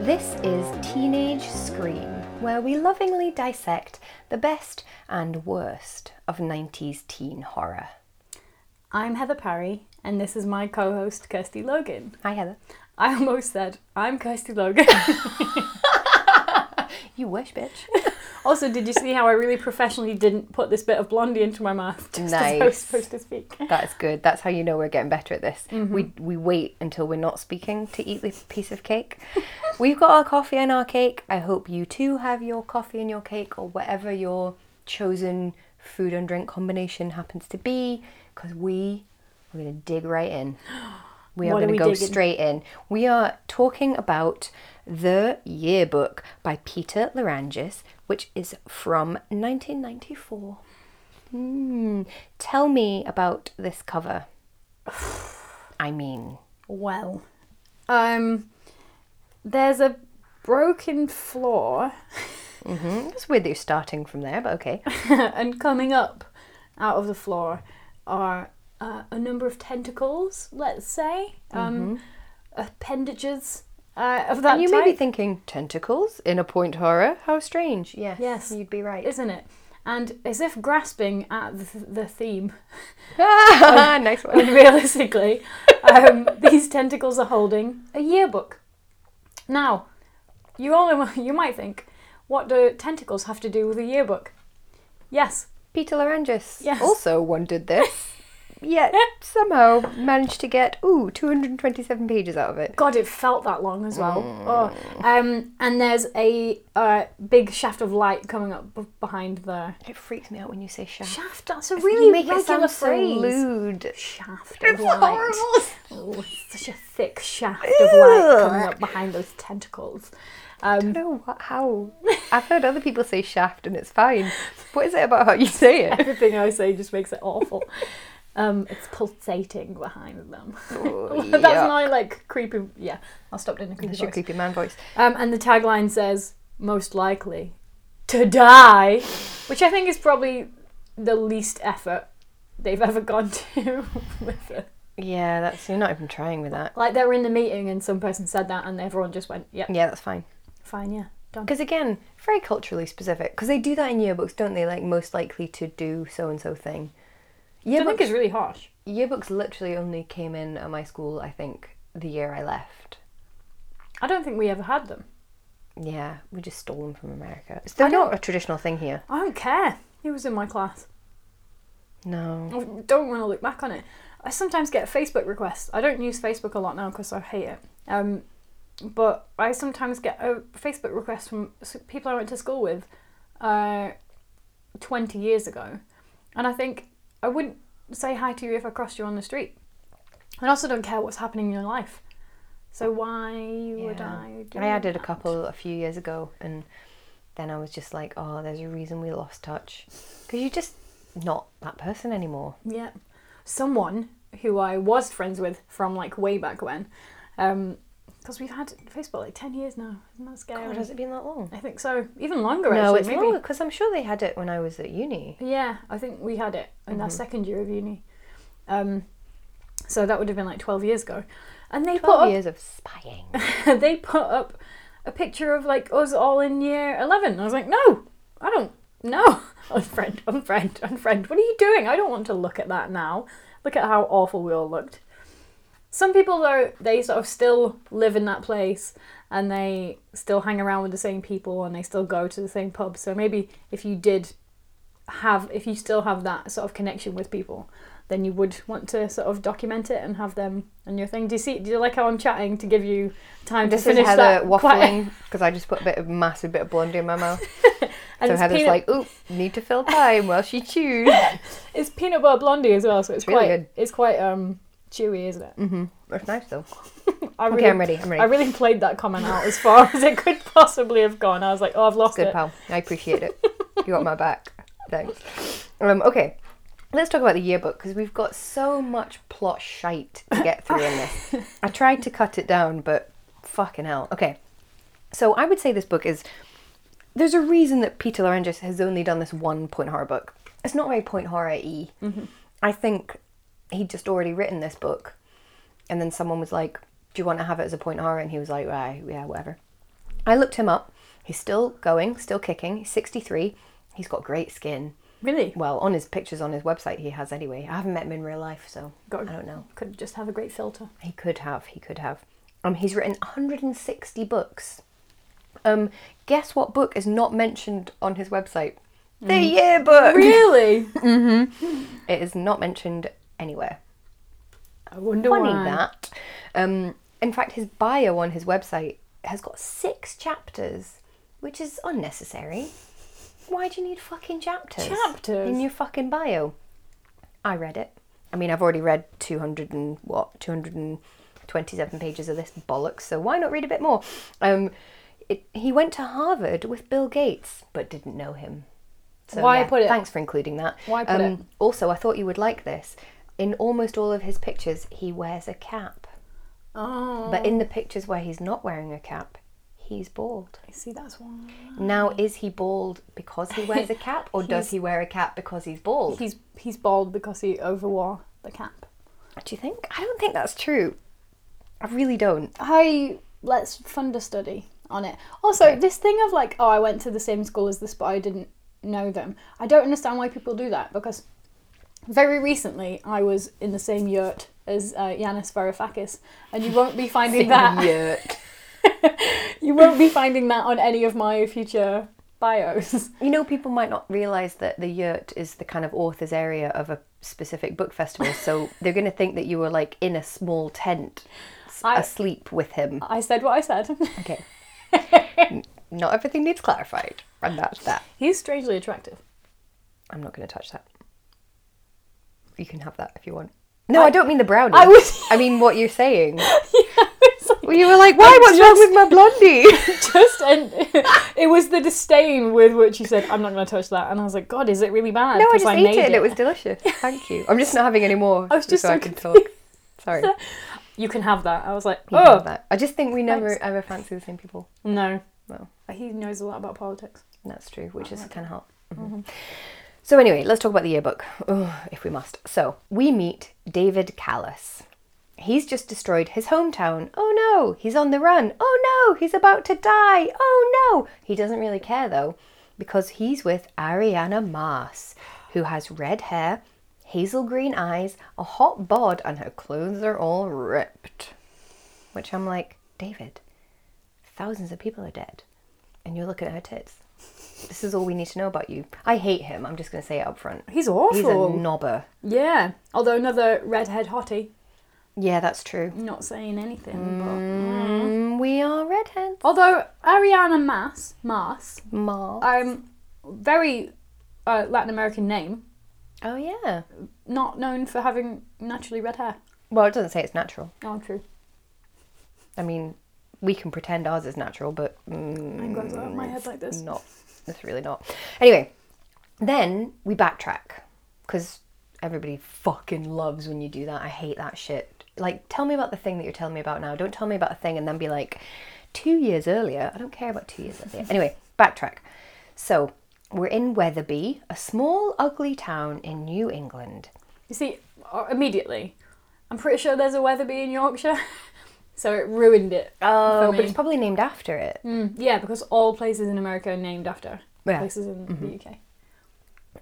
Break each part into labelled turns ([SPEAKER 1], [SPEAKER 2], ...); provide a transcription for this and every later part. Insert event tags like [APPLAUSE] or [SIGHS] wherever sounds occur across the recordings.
[SPEAKER 1] This is Teenage Scream, where we lovingly dissect the best and worst of 90s teen horror.
[SPEAKER 2] I'm Heather Parry, and this is my co host, Kirsty Logan.
[SPEAKER 1] Hi, Heather.
[SPEAKER 2] I almost said, I'm Kirsty Logan. [LAUGHS]
[SPEAKER 1] You wish, [LAUGHS] bitch.
[SPEAKER 2] also, did you see how I really professionally didn't put this bit of blondie into my mouth [LAUGHS] just as I was
[SPEAKER 1] Nice.
[SPEAKER 2] supposed to speak?
[SPEAKER 1] That's good. That's how you know we're getting better at this. We, we wait until we're not speaking to eat the piece of cake. [LAUGHS] We've got our coffee and our cake. I hope you too have your coffee and your cake or whatever your chosen food and drink combination happens to be because we are going to dig right in. We are
[SPEAKER 2] What are
[SPEAKER 1] going to
[SPEAKER 2] we
[SPEAKER 1] go
[SPEAKER 2] digging?
[SPEAKER 1] straight in. We are talking about The Yearbook by Peter Larangis, which is from 1994. Hmm. Tell me about this cover. [SIGHS] I mean,
[SPEAKER 2] Well, um, there's a broken floor [LAUGHS]
[SPEAKER 1] mm-hmm, it's weird that you're starting from there, but okay.
[SPEAKER 2] and coming up out of the floor are uh, a number of tentacles, let's say, um, appendages uh, of
[SPEAKER 1] Mm-hmm.
[SPEAKER 2] that
[SPEAKER 1] And you
[SPEAKER 2] type,
[SPEAKER 1] may be thinking, tentacles in a point horror? How strange. Yes.
[SPEAKER 2] Yes.
[SPEAKER 1] You'd be
[SPEAKER 2] [LAUGHS]
[SPEAKER 1] right. [LAUGHS]
[SPEAKER 2] isn't it? And as if grasping at the, th-
[SPEAKER 1] [LAUGHS]
[SPEAKER 2] the theme, [LAUGHS]
[SPEAKER 1] nice one.
[SPEAKER 2] when realistically, um, these tentacles are holding a yearbook. Now, you all [LAUGHS] you might think, what do tentacles have to do with a yearbook? Yes,
[SPEAKER 1] Peter Larangis
[SPEAKER 2] Yes.
[SPEAKER 1] also wondered [LAUGHS] this, yet somehow managed to get, ooh, 227 pages out of it.
[SPEAKER 2] God, it felt that long as well.
[SPEAKER 1] Mm.
[SPEAKER 2] Oh, um, and there's a uh, big shaft of light coming up b- behind the
[SPEAKER 1] It freaks me out when you say shaft.
[SPEAKER 2] shaft. That's a really
[SPEAKER 1] you make it
[SPEAKER 2] regular
[SPEAKER 1] sound so
[SPEAKER 2] phrase.
[SPEAKER 1] lewd.
[SPEAKER 2] shaft of
[SPEAKER 1] It's
[SPEAKER 2] light.
[SPEAKER 1] horrible.
[SPEAKER 2] Oh, it's such a thick shaft of light
[SPEAKER 1] Ew.
[SPEAKER 2] coming up behind those tentacles.
[SPEAKER 1] I don't
[SPEAKER 2] Um,
[SPEAKER 1] know what, how. I've heard other people say shaft and it's fine. What is it about how you say [LAUGHS] it?
[SPEAKER 2] [LAUGHS] everything I say just makes it awful. Um, it's pulsating behind them.
[SPEAKER 1] Oh,
[SPEAKER 2] [LAUGHS] That's
[SPEAKER 1] yuck.
[SPEAKER 2] my like creepy. Yeah, I'll stop doing the creepy
[SPEAKER 1] That's your
[SPEAKER 2] voice.
[SPEAKER 1] creepy man voice.
[SPEAKER 2] Um, and the tagline says, most likely to die, which I think is probably the least effort they've ever gone [LAUGHS] to. with it.
[SPEAKER 1] Yeah, that's you're not even trying with that.
[SPEAKER 2] Like they were in the meeting and some person said that, and everyone just went, yeah,
[SPEAKER 1] Yeah, that's fine.
[SPEAKER 2] fine, yeah, done.
[SPEAKER 1] Because again, very culturally specific. Because they do that in yearbooks, don't they? Like most likely to do so and so thing.
[SPEAKER 2] Which I think
[SPEAKER 1] Yearbooks,
[SPEAKER 2] it's really harsh.
[SPEAKER 1] yearbooks literally only came in at my school. I think the year I left.
[SPEAKER 2] I don't think we ever had them.
[SPEAKER 1] Yeah, we just stole them from America. It's they're not a traditional thing here.
[SPEAKER 2] I don't care. He was in my class.
[SPEAKER 1] No.
[SPEAKER 2] I don't want to look back on it. I sometimes get Facebook requests. I don't use Facebook a lot now because I hate it. Um, but I sometimes get a Facebook request from s- people I went to school with uh, 20 years ago. And I think I wouldn't say hi to you if I crossed you on the street. And I also don't care what's happening in your life. So why would
[SPEAKER 1] Yeah.
[SPEAKER 2] I do
[SPEAKER 1] I added a
[SPEAKER 2] that?
[SPEAKER 1] couple a few years ago, and then I was just like, oh, there's a reason we lost touch. Because you're just not that person anymore.
[SPEAKER 2] Yeah. Someone who I was friends with from like way back when. Um, because we've had Facebook like 10 years now. Isn't that scary?
[SPEAKER 1] God, has it been that long?
[SPEAKER 2] I think so. Even longer,
[SPEAKER 1] No,
[SPEAKER 2] actually.
[SPEAKER 1] it's
[SPEAKER 2] maybe.
[SPEAKER 1] not because I'm sure they had it when I was at uni.
[SPEAKER 2] Yeah, I think we had it in
[SPEAKER 1] Mm-hmm.
[SPEAKER 2] our second year of uni. Um, so that would have been like 12 years ago. And they put,
[SPEAKER 1] Twelve
[SPEAKER 2] up,
[SPEAKER 1] years of
[SPEAKER 2] [LAUGHS]
[SPEAKER 1] spying.
[SPEAKER 2] they put up a picture of like us all in year 11. I was like, no, I don't, [LAUGHS] no. Unfriend, unfriend, unfriend. What are you doing? I don't want to look at that now. Look at how awful we all looked. Some people though, they sort of still live in that place and they still hang around with the same people and they still go to the same pub. So maybe if you did have if you still have that sort of connection with people, then you would want to sort of document it and have them on your thing. Do you see do you like how I'm chatting to give you time
[SPEAKER 1] This
[SPEAKER 2] to
[SPEAKER 1] is
[SPEAKER 2] finish
[SPEAKER 1] Heather
[SPEAKER 2] that quite-
[SPEAKER 1] waffling because I just put a bit of massive bit of blondie in my mouth.
[SPEAKER 2] [LAUGHS] and
[SPEAKER 1] so
[SPEAKER 2] it's
[SPEAKER 1] Heather's
[SPEAKER 2] peanut,
[SPEAKER 1] like, "Oop, need to fill time while she
[SPEAKER 2] [LAUGHS]
[SPEAKER 1] chews."
[SPEAKER 2] it's peanut butter blondie as well, so it's,
[SPEAKER 1] really
[SPEAKER 2] quite
[SPEAKER 1] good.
[SPEAKER 2] it's quite um chewy, isn't it?
[SPEAKER 1] That's nice though.
[SPEAKER 2] I
[SPEAKER 1] Okay,
[SPEAKER 2] really,
[SPEAKER 1] I'm ready. I'm ready.
[SPEAKER 2] I really played that comment out as far [LAUGHS] as it could possibly have gone. I was like, oh, I've lost
[SPEAKER 1] Good
[SPEAKER 2] it.
[SPEAKER 1] pal. I appreciate it. You got my back. Thanks. Um, okay, let's talk about the yearbook because we've got so much plot shite to get through in this. I tried to cut it down, but fucking hell. Okay, so I would say this book is. There's a reason that Peter Larangis has only done this one point horror book. It's not very point horror y. I think he'd just already written this book, and then someone was like, "Do you want to have it as a point horror?" And he was like, "Right, yeah, whatever." I looked him up. He's still going, still kicking. He's 63. He's got great skin.
[SPEAKER 2] Really?
[SPEAKER 1] Well, on his pictures on his website, he has anyway. I haven't met him in real life, so
[SPEAKER 2] Got-
[SPEAKER 1] I don't know.
[SPEAKER 2] Could just have a great filter.
[SPEAKER 1] He could have. He could have. Um, he's written 160 books. Um, guess what book is not mentioned on his website? The yearbook.
[SPEAKER 2] [LAUGHS] Really?
[SPEAKER 1] It is not mentioned anywhere.
[SPEAKER 2] I wonder
[SPEAKER 1] Funny
[SPEAKER 2] why.
[SPEAKER 1] that. Um, in fact, his bio on his website has got six chapters, which is unnecessary. Why do you need fucking chapters?
[SPEAKER 2] Chapters?
[SPEAKER 1] in your fucking bio. I read it. I mean, I've already read two hundred and what two hundred and twenty-seven pages of this bollocks. So why not read a bit more? Um, it, he went to Harvard with Bill Gates, but didn't know him. So
[SPEAKER 2] Why
[SPEAKER 1] yeah,
[SPEAKER 2] put it-
[SPEAKER 1] Thanks for including that. Um,
[SPEAKER 2] Why put it?
[SPEAKER 1] Also, I thought you would like this. In almost all of his pictures, he wears a cap.
[SPEAKER 2] Oh.
[SPEAKER 1] But in the pictures where he's not wearing a cap, he's bald.
[SPEAKER 2] I see, that's why.
[SPEAKER 1] Now, is he bald because he wears a
[SPEAKER 2] [LAUGHS]
[SPEAKER 1] cap, or does
[SPEAKER 2] He's-
[SPEAKER 1] he wear a cap because he's bald?
[SPEAKER 2] He's he's bald because he overwore the cap.
[SPEAKER 1] Do you think? I don't think that's true. I really don't.
[SPEAKER 2] I let's fund a study on it. Also, this thing of like, oh, I went to the same school as this, but I didn't know them. I don't understand why people do that because very recently I was in the same yurt as uh, Yanis Varoufakis, and you won't be finding that. [LAUGHS]
[SPEAKER 1] Yurt.
[SPEAKER 2] You won't be finding that on any of my future bios.
[SPEAKER 1] You know, people might not realise that the yurt is the kind of author's area of a specific book festival, so they're going to think that you were like in a small tent s-
[SPEAKER 2] I-
[SPEAKER 1] asleep with him.
[SPEAKER 2] I said what I said. [LAUGHS]
[SPEAKER 1] Okay. N- not everything needs clarified, and that's that.
[SPEAKER 2] He's strangely attractive. [LAUGHS]
[SPEAKER 1] I'm not going to touch that. You can have that if you want. No, I, don't mean the brownie.
[SPEAKER 2] I was-
[SPEAKER 1] I mean what you're
[SPEAKER 2] [LAUGHS]
[SPEAKER 1] saying.
[SPEAKER 2] It's like-
[SPEAKER 1] Well, you were like, why? What's wrong with my blondie?
[SPEAKER 2] [LAUGHS] just and it was the disdain with which you said, "I'm not going to touch that," and I was like, "God, is it really bad?"
[SPEAKER 1] No, I
[SPEAKER 2] 'Cause
[SPEAKER 1] just
[SPEAKER 2] made
[SPEAKER 1] ate it, and it was delicious. Thank you. I'm just not having any more.
[SPEAKER 2] [LAUGHS] I was just
[SPEAKER 1] so,
[SPEAKER 2] so
[SPEAKER 1] I can talk.
[SPEAKER 2] [LAUGHS]
[SPEAKER 1] Sorry. You
[SPEAKER 2] You can have that. I was like,
[SPEAKER 1] can
[SPEAKER 2] "Oh
[SPEAKER 1] have that. I just think we never
[SPEAKER 2] Thanks.
[SPEAKER 1] ever fancy the same people.
[SPEAKER 2] no."
[SPEAKER 1] Well,
[SPEAKER 2] He knows a lot about politics.
[SPEAKER 1] that's true, which is kind of help. So anyway, let's talk about the yearbook, Ugh, if we must. So we meet David Callis. He's just destroyed his hometown. Oh no, he's on the run. Oh no, he's about to die. Oh no, he doesn't really care though, because he's with Ariana Mars, who has red hair, hazel green eyes, a hot bod, and her clothes are all ripped. Which I'm like, David, thousands of people are dead, and you're looking at her tits. This is all we need to know about you. I hate him. I'm just going to say it up front.
[SPEAKER 2] He's
[SPEAKER 1] He's a
[SPEAKER 2] awful.
[SPEAKER 1] knobber.
[SPEAKER 2] yeah. Although another redhead hottie,
[SPEAKER 1] Yeah, that's true.
[SPEAKER 2] not saying anything.
[SPEAKER 1] Mm, we are redheads.
[SPEAKER 2] But although Ariana Mas Mas,
[SPEAKER 1] Mar.
[SPEAKER 2] um, very uh, Latin American name,
[SPEAKER 1] Oh, yeah.
[SPEAKER 2] not known for having naturally red hair.
[SPEAKER 1] Well, it doesn't say it's natural.
[SPEAKER 2] Oh, true.
[SPEAKER 1] I mean, we can pretend ours is natural, but
[SPEAKER 2] It
[SPEAKER 1] mm,
[SPEAKER 2] goes out of my head like this.
[SPEAKER 1] not. It's really not. Anyway, then we backtrack because everybody fucking loves when you do that. I hate that shit. Like, tell me about the thing that you're telling me about now. Don't tell me about a thing and then be like, two years earlier. I don't care about two years earlier. Anyway, backtrack. So we're in Weatherby, a small, ugly town in New England.
[SPEAKER 2] You see, uh, immediately, I'm pretty sure there's a Weatherby in Yorkshire, [LAUGHS] so it ruined it.
[SPEAKER 1] Oh,
[SPEAKER 2] for
[SPEAKER 1] but
[SPEAKER 2] me.
[SPEAKER 1] it's probably named after it.
[SPEAKER 2] Mm, yeah, because all places in America are named after
[SPEAKER 1] Yeah.
[SPEAKER 2] places in the UK.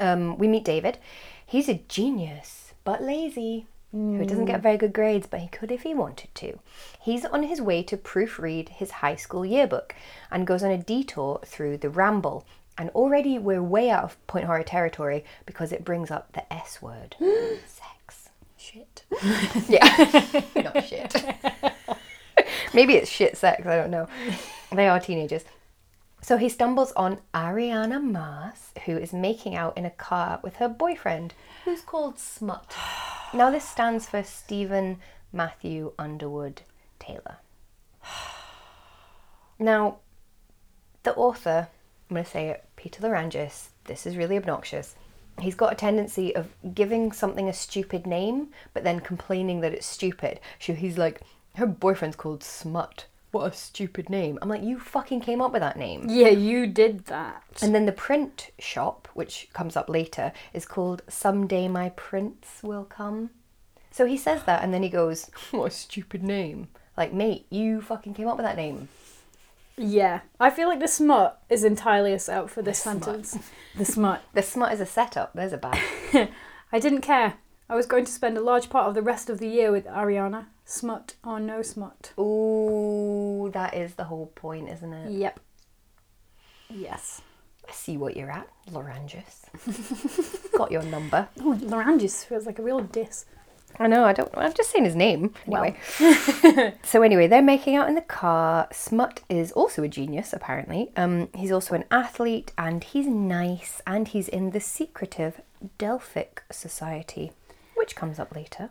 [SPEAKER 1] um, we meet David. He's a genius, but lazy, who doesn't get very good grades, but he could if he wanted to. He's on his way to proofread his high school yearbook and goes on a detour through the Ramble. And already we're way out of Point Horror territory because it brings up the S [GASPS] word sex.
[SPEAKER 2] Shit.
[SPEAKER 1] Yeah. Not shit. [LAUGHS] Maybe it's shit sex, I don't [LAUGHS] know. They are teenagers. So he stumbles on Ariana Mars, who is making out in a car with her boyfriend, who's called Smut. Now, this stands for Stephen Matthew Underwood Taylor. Now, the author, I'm going to say it, Peter Larangis, this is really obnoxious, he's got a tendency of giving something a stupid name, but then complaining that it's stupid. So he's like, her boyfriend's called Smut. What a stupid name. I'm like, you fucking came up with that name.
[SPEAKER 2] Yeah, you did that.
[SPEAKER 1] And then the print shop, which comes up later, is called Someday My Prince Will Come. So he says that and then he goes, [LAUGHS] What a stupid name. Like, mate, you fucking came up with that name.
[SPEAKER 2] Yeah. I feel like the smut is entirely a setup for this sentence. The smut.
[SPEAKER 1] The smut is a setup. There's a [LAUGHS] bad.
[SPEAKER 2] I didn't care. I was going to spend a large part of the rest of the year with Ariana. Smut or no smut.
[SPEAKER 1] Ooh, that is the whole point, isn't it?
[SPEAKER 2] Yep. Yes.
[SPEAKER 1] I see what you're at, [LAUGHS] Loranges. Got your number.
[SPEAKER 2] Oh, Larangis feels like a real diss.
[SPEAKER 1] I know, I don't I'm just saying his name.
[SPEAKER 2] Well.
[SPEAKER 1] Anyway. [LAUGHS] so anyway, they're making out in the car. Smut is also a genius, apparently. Um, he's also an athlete and he's nice and he's in the secretive Delphic Society, which comes up later.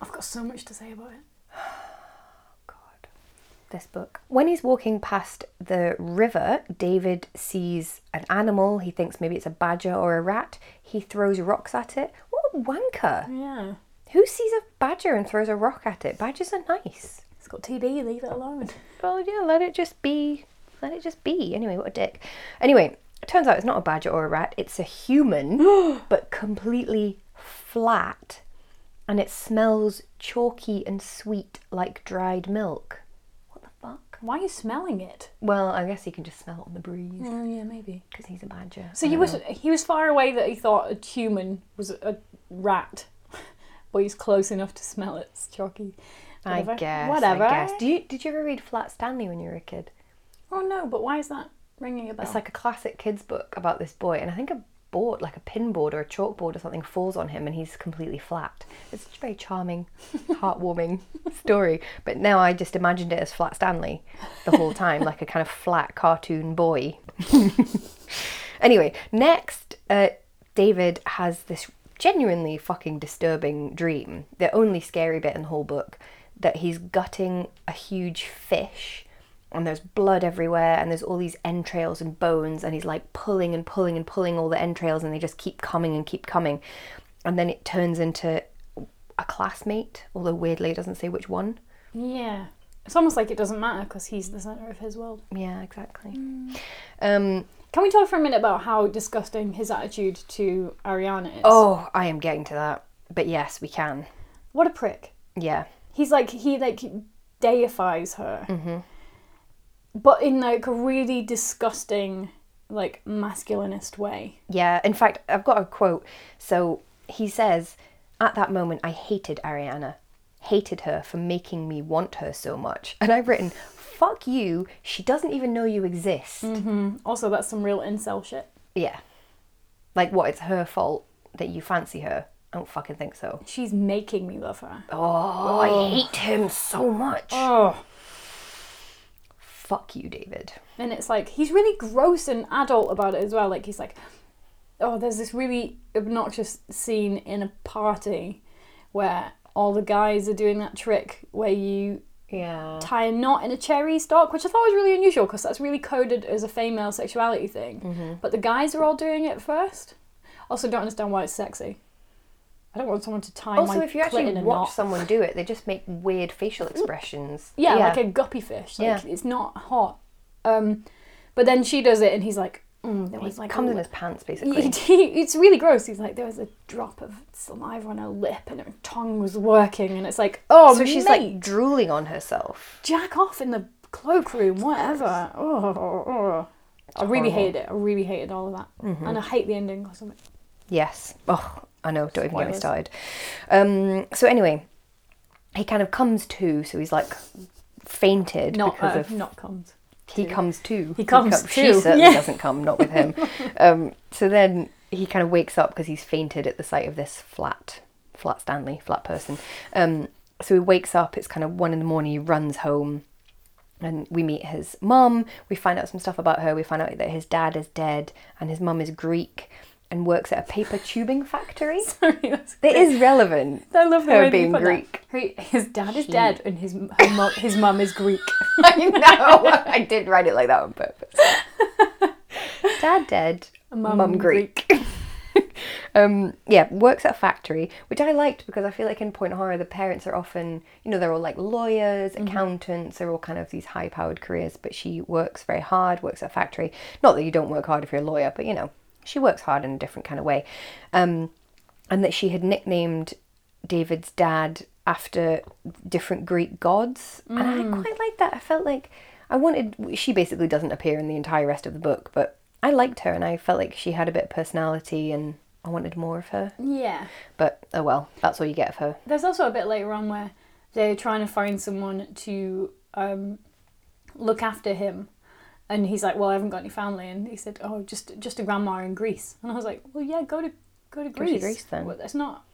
[SPEAKER 2] I've got so much to say about it.
[SPEAKER 1] God. This book. When he's walking past the river, David sees an animal. He thinks maybe it's a badger or a rat. He throws rocks at it. What a wanker!
[SPEAKER 2] Yeah.
[SPEAKER 1] Who sees a badger and throws a rock at it? Badgers are nice.
[SPEAKER 2] It's got TB, leave it alone.
[SPEAKER 1] Well, yeah, let it just be. Let it just be. Anyway, what a dick. Anyway, it turns out it's not a badger or a rat. It's a
[SPEAKER 2] [GASPS]
[SPEAKER 1] human, but completely flat. And it smells chalky and sweet like dried milk. What the fuck?
[SPEAKER 2] Why are you smelling it?
[SPEAKER 1] Well, I guess he can just smell it on the breeze
[SPEAKER 2] Oh, yeah, maybe.
[SPEAKER 1] because he's a badger.
[SPEAKER 2] So he was he was far away that he thought a human was a rat, [LAUGHS] but he's close enough to smell it. It's chalky.
[SPEAKER 1] I
[SPEAKER 2] Whatever.
[SPEAKER 1] guess.
[SPEAKER 2] Whatever.
[SPEAKER 1] I guess. Do you, did you ever read Flat Stanley when you were a kid?
[SPEAKER 2] Oh no! But why is that ringing a bell?
[SPEAKER 1] It's like a classic kids book about this boy, and I think a board, like a pinboard or a chalkboard or something, falls on him, and he's completely flat. It's a very charming, heartwarming story. But now I just imagined it as Flat Stanley the whole time, like a kind of flat cartoon boy. anyway, next, uh, David has this genuinely fucking disturbing dream. The only scary bit in the whole book that he's gutting a huge fish and there's blood everywhere and there's all these entrails and bones and he's like pulling and pulling and pulling all the entrails and they just keep coming and keep coming and then it turns into a classmate although weirdly it doesn't say which one
[SPEAKER 2] yeah. It's almost like it doesn't matter because he's the center of his world.
[SPEAKER 1] yeah exactly um
[SPEAKER 2] Can we talk for a minute about how disgusting his attitude to Ariana is?
[SPEAKER 1] oh i am getting to that but yes we can
[SPEAKER 2] what a prick!
[SPEAKER 1] yeah
[SPEAKER 2] He's like he like deifies her, but in like a really disgusting, like masculinist way.
[SPEAKER 1] Yeah, in fact, I've got a quote. So he says, At that moment, I hated Ariana, hated her for making me want her so much. And I've written, Fuck you, she doesn't even know you exist.
[SPEAKER 2] Mm. Also, that's some real incel shit.
[SPEAKER 1] Yeah. Like, what? It's her fault that you fancy her? I don't fucking think so.
[SPEAKER 2] She's making me love her.
[SPEAKER 1] Oh, I hate him so much.
[SPEAKER 2] Oh.
[SPEAKER 1] Fuck you, David.
[SPEAKER 2] And it's like, he's really gross and adult about it as well. Like, he's like, oh, there's this really obnoxious scene in a party where all the guys are doing that trick where you
[SPEAKER 1] Yeah.
[SPEAKER 2] tie a knot in a cherry stalk, which I thought was really unusual because that's really coded as a female sexuality thing.
[SPEAKER 1] Mm-hmm.
[SPEAKER 2] But the guys are all doing it first. Also, don't understand why it's sexy. I don't want someone to tie
[SPEAKER 1] Also,
[SPEAKER 2] my
[SPEAKER 1] if you
[SPEAKER 2] clit
[SPEAKER 1] actually
[SPEAKER 2] in a knot.
[SPEAKER 1] watch someone do it, they just make weird facial expressions.
[SPEAKER 2] Yeah, like a guppy fish. Like
[SPEAKER 1] Yeah.
[SPEAKER 2] it's not hot. Um, but then she does it, and he's like, mm, there was
[SPEAKER 1] He
[SPEAKER 2] like
[SPEAKER 1] comes
[SPEAKER 2] a,
[SPEAKER 1] in his pants, basically.
[SPEAKER 2] [LAUGHS] He- it's really gross. He's like, there was a drop of saliva on her lip, and her tongue was working, and it's like, oh,
[SPEAKER 1] so she's like drooling on herself.
[SPEAKER 2] jack off in the cloakroom, whatever. Oh, oh, oh. I
[SPEAKER 1] horrible.
[SPEAKER 2] really
[SPEAKER 1] Mm-hmm.
[SPEAKER 2] hated it. I really hated all of that, and I hate the ending because of it.
[SPEAKER 1] Yes. Oh, I know. Don't even get me
[SPEAKER 2] Spoilers.
[SPEAKER 1] started. Um, so anyway, he kind of comes to. So he's like fainted
[SPEAKER 2] Not
[SPEAKER 1] because
[SPEAKER 2] uh,
[SPEAKER 1] of
[SPEAKER 2] not comes. [LAUGHS]
[SPEAKER 1] he comes to.
[SPEAKER 2] He comes
[SPEAKER 1] co-
[SPEAKER 2] to,
[SPEAKER 1] She certainly
[SPEAKER 2] yeah.
[SPEAKER 1] doesn't come. Not with
[SPEAKER 2] [LAUGHS]
[SPEAKER 1] him. um, so then he kind of wakes up because he's fainted at the sight of this flat, flat Stanley, flat person. Um, so he wakes up. It's kind of one in the morning. He runs home. And we meet his mum. We find out some stuff about her. We find out that his dad is dead and his mum is Greek and works at a paper tubing
[SPEAKER 2] [LAUGHS]
[SPEAKER 1] factory.
[SPEAKER 2] That's
[SPEAKER 1] That is relevant.
[SPEAKER 2] I love the
[SPEAKER 1] Her
[SPEAKER 2] way that you
[SPEAKER 1] being
[SPEAKER 2] put that.
[SPEAKER 1] Greek.
[SPEAKER 2] He- His dad is dead, and his her mum, his mum is Greek.
[SPEAKER 1] [LAUGHS] I know. I did write it like that on purpose. Dad dead, mum,
[SPEAKER 2] Mum
[SPEAKER 1] Greek. [LAUGHS] Um, yeah, works at a factory, which I liked because I feel like in Point Horror, the parents are often, you know, they're all like lawyers, accountants, they're all kind of these high powered careers, but she works very hard, works at a factory. Not that you don't work hard if you're a lawyer, but you know, she works hard in a different kind of way. Um, and that she had nicknamed David's dad after different Greek gods. And I quite liked that. I felt like I wanted, she basically doesn't appear in the entire rest of the book, but I liked her and I felt like she had a bit of personality and I wanted more of her.
[SPEAKER 2] Yeah.
[SPEAKER 1] But oh well, that's all you get of her.
[SPEAKER 2] There's also a bit later on where they're trying to find someone to um, look after him, and he's like, "Well, I haven't got any family," and he said, "Oh, just just a grandma in Greece," and I was like, "Well, yeah, go to go to
[SPEAKER 1] to
[SPEAKER 2] Greece.
[SPEAKER 1] Greece then.
[SPEAKER 2] Well, that's not.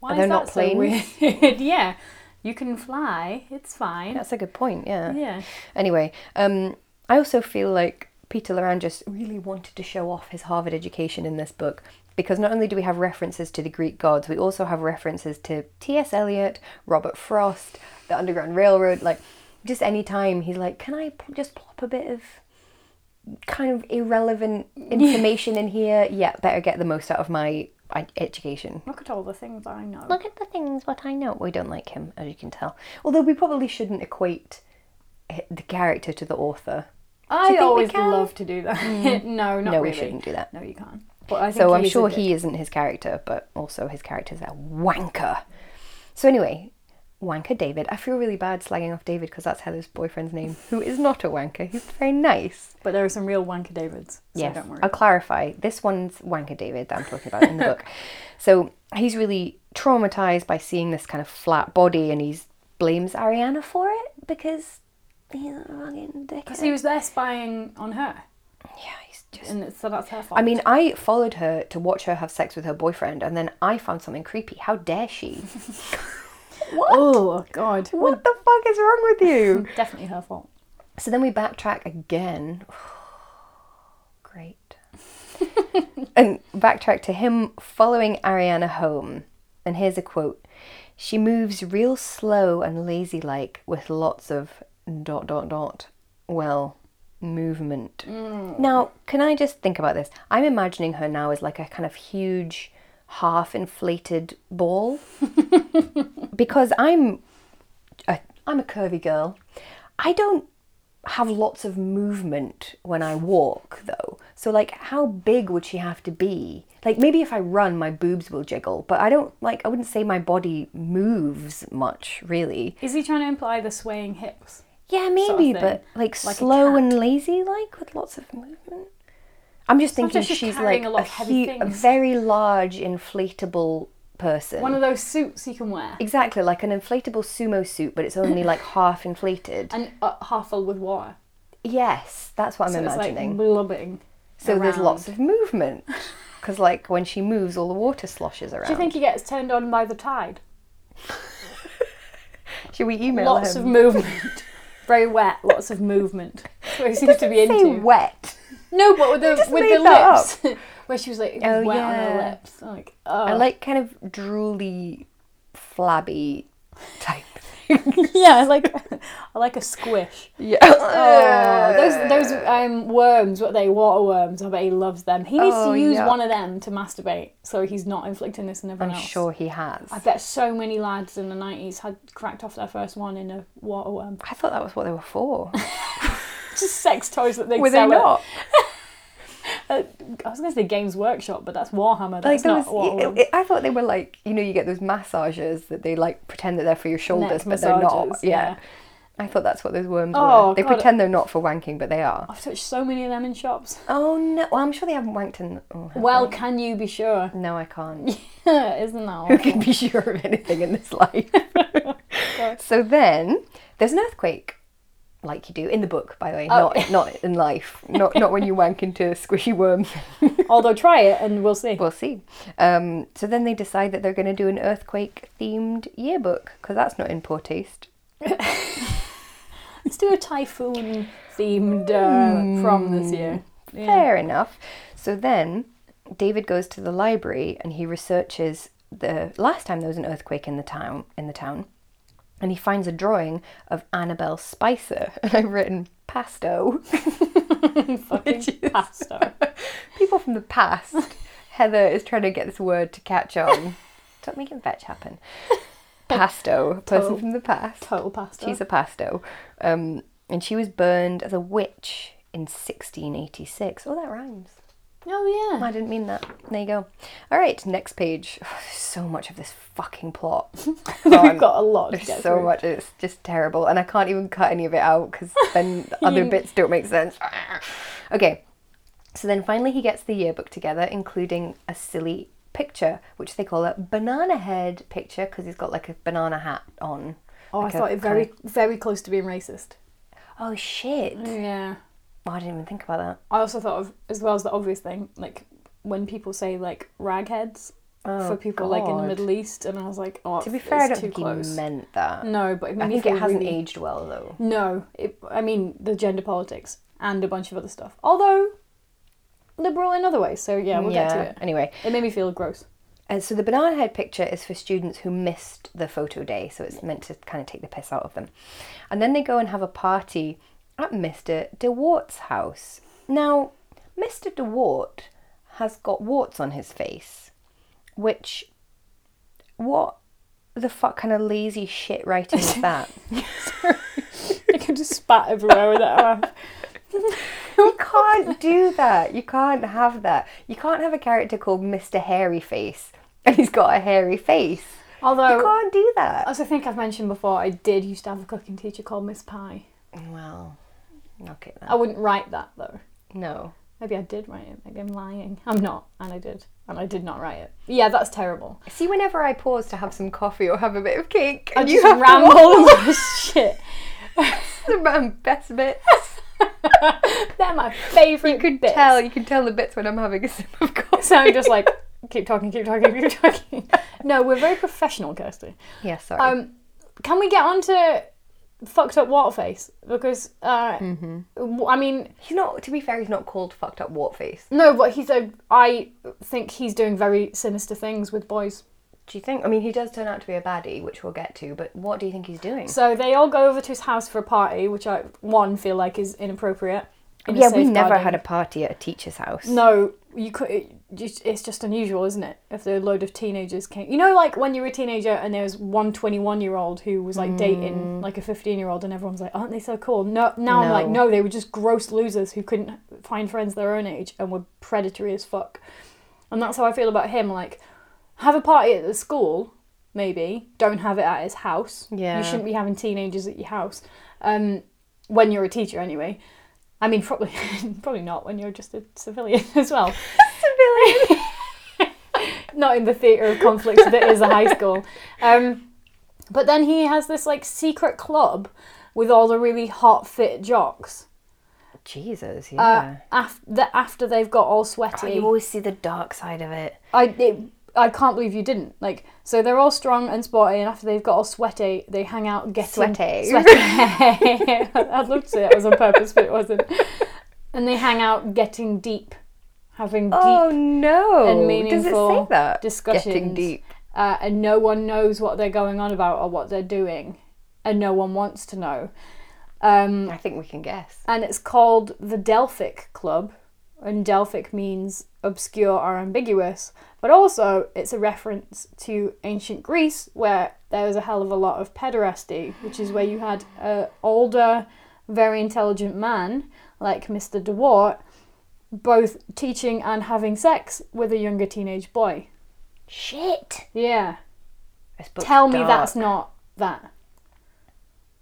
[SPEAKER 2] Why
[SPEAKER 1] Are
[SPEAKER 2] is
[SPEAKER 1] there
[SPEAKER 2] that
[SPEAKER 1] not
[SPEAKER 2] so weird? [LAUGHS] yeah, you can fly. It's fine.
[SPEAKER 1] That's a good point, yeah.
[SPEAKER 2] Yeah.
[SPEAKER 1] Anyway, um, I also feel like Peter Larangis really wanted to show off his Harvard education in this book because not only do we have references to the Greek gods, we also have references to T.S. Eliot, Robert Frost, the Underground Railroad. Like, just any time he's like, can I pl- just plop a bit of kind of irrelevant information in here? Yeah, better get the most out of my uh, education.
[SPEAKER 2] Look at all the things I know.
[SPEAKER 1] Look at the things what I know. We don't like him, as you can tell. Although we probably shouldn't equate h- the character to the author.
[SPEAKER 2] I
[SPEAKER 1] think we
[SPEAKER 2] always
[SPEAKER 1] can? Mm.
[SPEAKER 2] love to do that. [LAUGHS] no, not
[SPEAKER 1] no,
[SPEAKER 2] really.
[SPEAKER 1] we shouldn't do that.
[SPEAKER 2] No, you can't. But I think
[SPEAKER 1] So I'm
[SPEAKER 2] is a
[SPEAKER 1] sure
[SPEAKER 2] dick.
[SPEAKER 1] he isn't his character, but also his character's a wanker. So anyway, wanker David. I feel really bad slagging off David because that's Heather's boyfriend's name, who is not a wanker. He's very nice.
[SPEAKER 2] But there are some real wanker Davids. So
[SPEAKER 1] Yes,
[SPEAKER 2] don't worry.
[SPEAKER 1] I'll clarify. This one's Wanker David that I'm talking about
[SPEAKER 2] [LAUGHS]
[SPEAKER 1] in the book. So he's really traumatized by seeing this kind of flat body, and he blames Ariana for it because he's a fucking
[SPEAKER 2] Because
[SPEAKER 1] dickhead.
[SPEAKER 2] he was there spying on her,
[SPEAKER 1] yeah, he's just.
[SPEAKER 2] and it's- so that's her fault.
[SPEAKER 1] I mean, I followed her to watch her have sex with her boyfriend, and then I found something creepy. How dare
[SPEAKER 2] [LAUGHS]
[SPEAKER 1] she?
[SPEAKER 2] oh god,
[SPEAKER 1] What the fuck is wrong with you?
[SPEAKER 2] definitely her fault.
[SPEAKER 1] So then we backtrack again. [SIGHS] Great. and backtrack to him following Ariana home. And here's a quote She moves real slow and lazy like with lots of dot dot dot. Well, movement. Now, can I just think about this? I'm imagining her now as like a kind of huge, half inflated ball because I'm a, I'm a curvy girl. I don't have lots of movement when I walk though. So like how big would she have to be? Like maybe if I run my boobs will jiggle, but I don't like I wouldn't say my body moves much really.
[SPEAKER 2] Is he trying to imply the swaying hips?
[SPEAKER 1] Yeah, maybe,
[SPEAKER 2] thing.
[SPEAKER 1] but like,
[SPEAKER 2] Like a
[SPEAKER 1] slow
[SPEAKER 2] cat.
[SPEAKER 1] and lazy like with lots of movement. I'm just thinking
[SPEAKER 2] she's
[SPEAKER 1] she's, like
[SPEAKER 2] carrying
[SPEAKER 1] a,
[SPEAKER 2] a lot of heavy
[SPEAKER 1] hu- a
[SPEAKER 2] things.
[SPEAKER 1] very large inflatable person.
[SPEAKER 2] One of those suits you can wear,
[SPEAKER 1] Exactly, like an inflatable sumo suit, but it's only like half inflated.
[SPEAKER 2] and uh, half filled with water.
[SPEAKER 1] Yes, that's what I'm
[SPEAKER 2] So it's like
[SPEAKER 1] imagining.
[SPEAKER 2] blubbing.
[SPEAKER 1] so there's
[SPEAKER 2] around.
[SPEAKER 1] lots of movement. Because, like, when she moves, all the water sloshes around.
[SPEAKER 2] Do you think he gets turned on by the tide?
[SPEAKER 1] Should we email
[SPEAKER 2] Lots of
[SPEAKER 1] him? [LAUGHS]
[SPEAKER 2] movement. Very wet. Lots of movement. That's what he seems to be into.
[SPEAKER 1] Say wet.
[SPEAKER 2] No, but with the
[SPEAKER 1] just
[SPEAKER 2] with
[SPEAKER 1] made
[SPEAKER 2] the
[SPEAKER 1] that
[SPEAKER 2] lips, [LAUGHS] where she was like it was
[SPEAKER 1] Oh,
[SPEAKER 2] wet on
[SPEAKER 1] yeah.
[SPEAKER 2] her lips. I'm like, oh,
[SPEAKER 1] I like kind of drooly, flabby type.
[SPEAKER 2] [LAUGHS] yeah, I like, I like a squish.
[SPEAKER 1] [COUGHS] Yeah.
[SPEAKER 2] Oh, those those um, worms, what are they water worms? I bet he loves them. He needs
[SPEAKER 1] Oh,
[SPEAKER 2] to use
[SPEAKER 1] yeah.
[SPEAKER 2] one of them to masturbate, so he's not inflicting this on everyone
[SPEAKER 1] I'm
[SPEAKER 2] else.
[SPEAKER 1] sure he has.
[SPEAKER 2] I bet so many lads in the nineties had cracked off their first one in a water worm. [LAUGHS]
[SPEAKER 1] I thought that was what they were [LAUGHS] for.
[SPEAKER 2] Just sex toys that they
[SPEAKER 1] Were they
[SPEAKER 2] sell. at-
[SPEAKER 1] not?
[SPEAKER 2] I was going to say Games Workshop, but that's Warhammer.
[SPEAKER 1] Like
[SPEAKER 2] That's
[SPEAKER 1] there
[SPEAKER 2] not water
[SPEAKER 1] was,
[SPEAKER 2] worms.
[SPEAKER 1] I- I thought they were like you know you get those massages that they like pretend that they're for your shoulders, but they're not.
[SPEAKER 2] massages,
[SPEAKER 1] Yeah.
[SPEAKER 2] yeah.
[SPEAKER 1] I thought that's what those worms
[SPEAKER 2] Oh,
[SPEAKER 1] were. They
[SPEAKER 2] God.
[SPEAKER 1] pretend they're not for wanking, but they are.
[SPEAKER 2] I've touched so many of them
[SPEAKER 1] [LAUGHS]
[SPEAKER 2] in shops. [LAUGHS]
[SPEAKER 1] Oh no! Well, I'm sure they haven't wanked in. Oh, have
[SPEAKER 2] Well, can you be sure? [LAUGHS]
[SPEAKER 1] they? no, I can't.
[SPEAKER 2] Isn't that
[SPEAKER 1] Who
[SPEAKER 2] awful?
[SPEAKER 1] can be sure of anything in this
[SPEAKER 2] [LAUGHS]
[SPEAKER 1] life? so then, there's an earthquake, like you do in the book, by the way,
[SPEAKER 2] Oh.
[SPEAKER 1] not not in life, not not
[SPEAKER 2] [LAUGHS]
[SPEAKER 1] when you wank into a squishy worm. [LAUGHS]
[SPEAKER 2] Although try it and we'll see.
[SPEAKER 1] We'll see. Um, so then they decide that they're going to do an earthquake themed yearbook because that's not in poor taste.
[SPEAKER 2] Let's do a typhoon themed uh, prom this year.
[SPEAKER 1] Hmm.
[SPEAKER 2] Yeah.
[SPEAKER 1] Fair enough. So then David goes to the library and he researches the last time there was an earthquake in the town in the town and he finds a drawing of Annabelle Spicer [LAUGHS] and I've written pasto [LAUGHS]
[SPEAKER 2] Fucking pasta.
[SPEAKER 1] people from the past Heather is trying to get this word to catch on. Stop making fetch happen. Pasto, a person
[SPEAKER 2] Total-
[SPEAKER 1] from the past.
[SPEAKER 2] [LAUGHS] Total pasta.
[SPEAKER 1] She's a pasto. Um, and she was burned as a witch in 1686. Oh, that rhymes.
[SPEAKER 2] oh
[SPEAKER 1] I
[SPEAKER 2] yeah.
[SPEAKER 1] didn't mean that. There you go. All right, next page. [SIGHS] so much of this fucking plot. [LAUGHS]
[SPEAKER 2] [LAUGHS] [LAUGHS] We've got a lot to
[SPEAKER 1] There's
[SPEAKER 2] get
[SPEAKER 1] so
[SPEAKER 2] through.
[SPEAKER 1] much. It's just terrible, and I can't even cut any of it out because
[SPEAKER 2] [LAUGHS]
[SPEAKER 1] then the other bits don't make sense. [SIGHS] okay, so then finally he gets the yearbook together, including a silly picture, which they call a banana head picture because he's got like a banana hat on.
[SPEAKER 2] Oh,
[SPEAKER 1] Like
[SPEAKER 2] I
[SPEAKER 1] a
[SPEAKER 2] thought it very, very close to being racist.
[SPEAKER 1] Oh shit!
[SPEAKER 2] Yeah.
[SPEAKER 1] Oh, I didn't even think about that.
[SPEAKER 2] I also thought of as well as the obvious thing, like when people say like ragheads
[SPEAKER 1] Oh,
[SPEAKER 2] for people like in the
[SPEAKER 1] God.
[SPEAKER 2] Middle East, and I was like, oh,
[SPEAKER 1] To be fair, I don't
[SPEAKER 2] it's too
[SPEAKER 1] think
[SPEAKER 2] close.
[SPEAKER 1] he meant that.
[SPEAKER 2] No, but
[SPEAKER 1] I
[SPEAKER 2] maybe
[SPEAKER 1] think
[SPEAKER 2] if
[SPEAKER 1] it
[SPEAKER 2] we
[SPEAKER 1] hasn't
[SPEAKER 2] really-
[SPEAKER 1] aged well though.
[SPEAKER 2] No, it, I mean the gender politics and a bunch of other stuff. Although liberal in other ways, so yeah, we'll get to it.
[SPEAKER 1] Anyway,
[SPEAKER 2] It made me feel gross. [LAUGHS]
[SPEAKER 1] And so the banana head picture is for students who missed the photo day, so it's meant to kind of take the piss out of them. And then they go and have a party at Mr. DeWart's house. Now, Mr. DeWart has got warts on his face, which. What the fuck kind of lazy shit writing is
[SPEAKER 2] [LAUGHS]
[SPEAKER 1] that?
[SPEAKER 2] I can just spat everywhere with it.
[SPEAKER 1] [LAUGHS] you can't do that. You can't have that. You can't have a character called Mr. Hairy Face and he's got a hairy face. You
[SPEAKER 2] Although,
[SPEAKER 1] can't do that.
[SPEAKER 2] as I think I've mentioned before, I did used to have a cooking teacher called Miss Pie.
[SPEAKER 1] Well, okay then.
[SPEAKER 2] I wouldn't write that though.
[SPEAKER 1] No.
[SPEAKER 2] Maybe I did write it. Maybe I'm lying. I'm not, and I did, and I did not write it. Yeah, that's terrible.
[SPEAKER 1] See, whenever I pause to have some coffee or have a bit of cake,
[SPEAKER 2] I
[SPEAKER 1] and you
[SPEAKER 2] just
[SPEAKER 1] have ramble.
[SPEAKER 2] ramble this shit.
[SPEAKER 1] the man- best bits.
[SPEAKER 2] [LAUGHS] They're my favourite.
[SPEAKER 1] You can
[SPEAKER 2] bits.
[SPEAKER 1] tell. You can tell the bits when I'm having a sip
[SPEAKER 2] [LAUGHS]
[SPEAKER 1] of coffee.
[SPEAKER 2] So I'm just like, keep talking, keep talking, keep talking. No, we're very professional, Kirsty.
[SPEAKER 1] Yeah, sorry.
[SPEAKER 2] Um, can we get on to fucked up Waterface? Because, uh,
[SPEAKER 1] Mm-hmm.
[SPEAKER 2] w- I mean,
[SPEAKER 1] he's not. To be fair, he's not called fucked up Wartface.
[SPEAKER 2] no, but he's a. I think he's doing very sinister things with boys.
[SPEAKER 1] Do you think? I mean, he does turn out to be a baddie, which we'll get to. But what do you think he's doing?
[SPEAKER 2] So they all go over to his house for a party, which I, one, feel like is inappropriate. in a
[SPEAKER 1] yeah, we never
[SPEAKER 2] safeguarding-
[SPEAKER 1] had a party at a teacher's house.
[SPEAKER 2] No, you could. It, just- it's just unusual, isn't it? If a load of teenagers came, you know, like when you were a teenager and there was one 21 year old who was like dating
[SPEAKER 1] Mm.
[SPEAKER 2] like a 15 year old, and everyone's like, "Aren't they so cool?" No, now I'm like,
[SPEAKER 1] No.
[SPEAKER 2] no, they were just gross losers who couldn't find friends their own age and were predatory as fuck. And that's how I feel about him. Like, have a party at the school, maybe. Don't have it at his house.
[SPEAKER 1] Yeah.
[SPEAKER 2] you shouldn't be having teenagers at your house. Um, when you're a teacher, anyway. I mean, probably, [LAUGHS] probably not when you're just a civilian [LAUGHS] as well.
[SPEAKER 1] Civilian.
[SPEAKER 2] [LAUGHS] Not in the theatre of conflict that is a high school. Um, but then he has this like secret club with all the really hot fit jocks.
[SPEAKER 1] Jesus.
[SPEAKER 2] Uh,
[SPEAKER 1] Yeah.
[SPEAKER 2] af- that after they've got all
[SPEAKER 1] Oh,
[SPEAKER 2] sweaty,
[SPEAKER 1] you always see the dark side of it.
[SPEAKER 2] I it, I can't believe you didn't. Like, so they're all strong and sporty, and after they've got all sweaty, they hang out getting
[SPEAKER 1] Sweaty.
[SPEAKER 2] [LAUGHS] Sweaty. I'd love to say that was on purpose, but it wasn't. And they hang out getting deep, having deep
[SPEAKER 1] oh no!
[SPEAKER 2] and
[SPEAKER 1] Does it say
[SPEAKER 2] meaningful
[SPEAKER 1] that?
[SPEAKER 2] discussions.
[SPEAKER 1] Getting deep.
[SPEAKER 2] uh, and no one knows what they're going on about or what they're doing, and no one wants to know. Um,
[SPEAKER 1] I think we can guess.
[SPEAKER 2] and it's called the Delphic Club, and Delphic means obscure or ambiguous, but also it's a reference to ancient Greece where there was a hell of a lot of pederasty, which is where you had an older, very intelligent man like Mr. DeWart both teaching and having sex with a younger teenage boy.
[SPEAKER 1] Shit.
[SPEAKER 2] Yeah.
[SPEAKER 1] This book's
[SPEAKER 2] Tell me
[SPEAKER 1] dark.
[SPEAKER 2] that's not that.